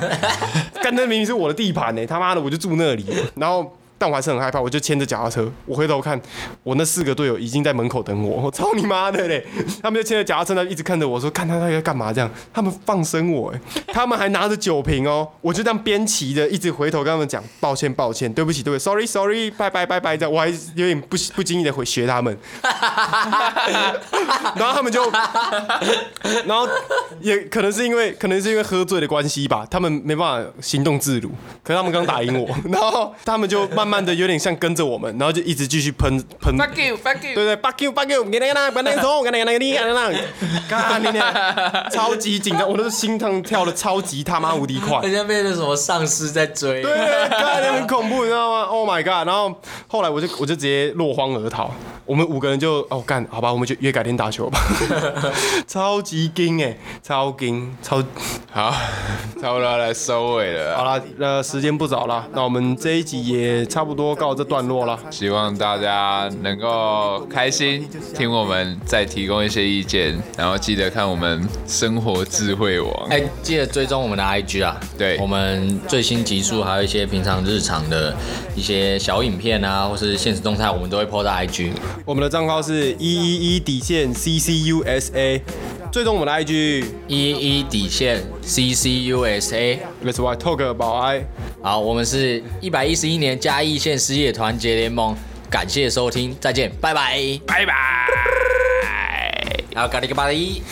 S1: 干那明明是我的地盘呢、他妈的我就住那里，然后。但我还是很害怕，我就牵着脚踏车，我回头看，我那四个队友已经在门口等我，我 操你妈的嘞！他们就牵着脚踏车，那一直看着我说，看他他在干嘛这样，他们放生我、 欸，他们还拿着酒瓶哦，我就这样边骑着一直回头跟他们讲，抱歉抱歉，对不起对不起，sorry sorry，拜拜拜拜这样，我还有点不不经意的回学他们，然后他们就，然后也可能是因为可能是因为喝醉的关系吧，他们没办法行动自如。可是他们刚打赢我， 然后他们就慢慢的有点像跟着我们，然后就一直继续喷喷。
S2: Fuck you，fuck
S1: 对
S2: you。
S1: 对，fuck you，fuck you，给那个那个那个头，给那个那个你给那个干你娘！超级紧张，我的心脏跳的超级他妈无敌 快。
S3: 人家被那什么丧尸在追，
S1: 对，啊看起很恐怖，你知道吗？Oh my god！然后后来我就我就直接落荒而逃。我们五个人就哦干，好吧，我们就约改天打球吧。超级惊哎、超惊，超
S2: 好， 差不多来收尾了
S1: 好。啦，呃，时间不早了，那我们这一集也差不多告这段落了。
S2: 希望大家能够开心，听我们再提供一些意见，然后记得看我们生活智慧网。
S3: 哎，记得追踪我们的 IG 啊，
S2: 对
S3: 我们最新集数还有一些平常日常的一些小影片啊，或是现实动态，我们都会 PO 到 IG。
S1: 我们的账号是一一一底线 C C U S A，最终我们的 IG
S3: 一一底线 C C U S A。
S1: Let's Why Talk 保安，
S3: 好，我们是一百一十一年嘉义县失业团结联盟，感谢收听，再见，拜拜，拜拜，还有咖喱个巴黎。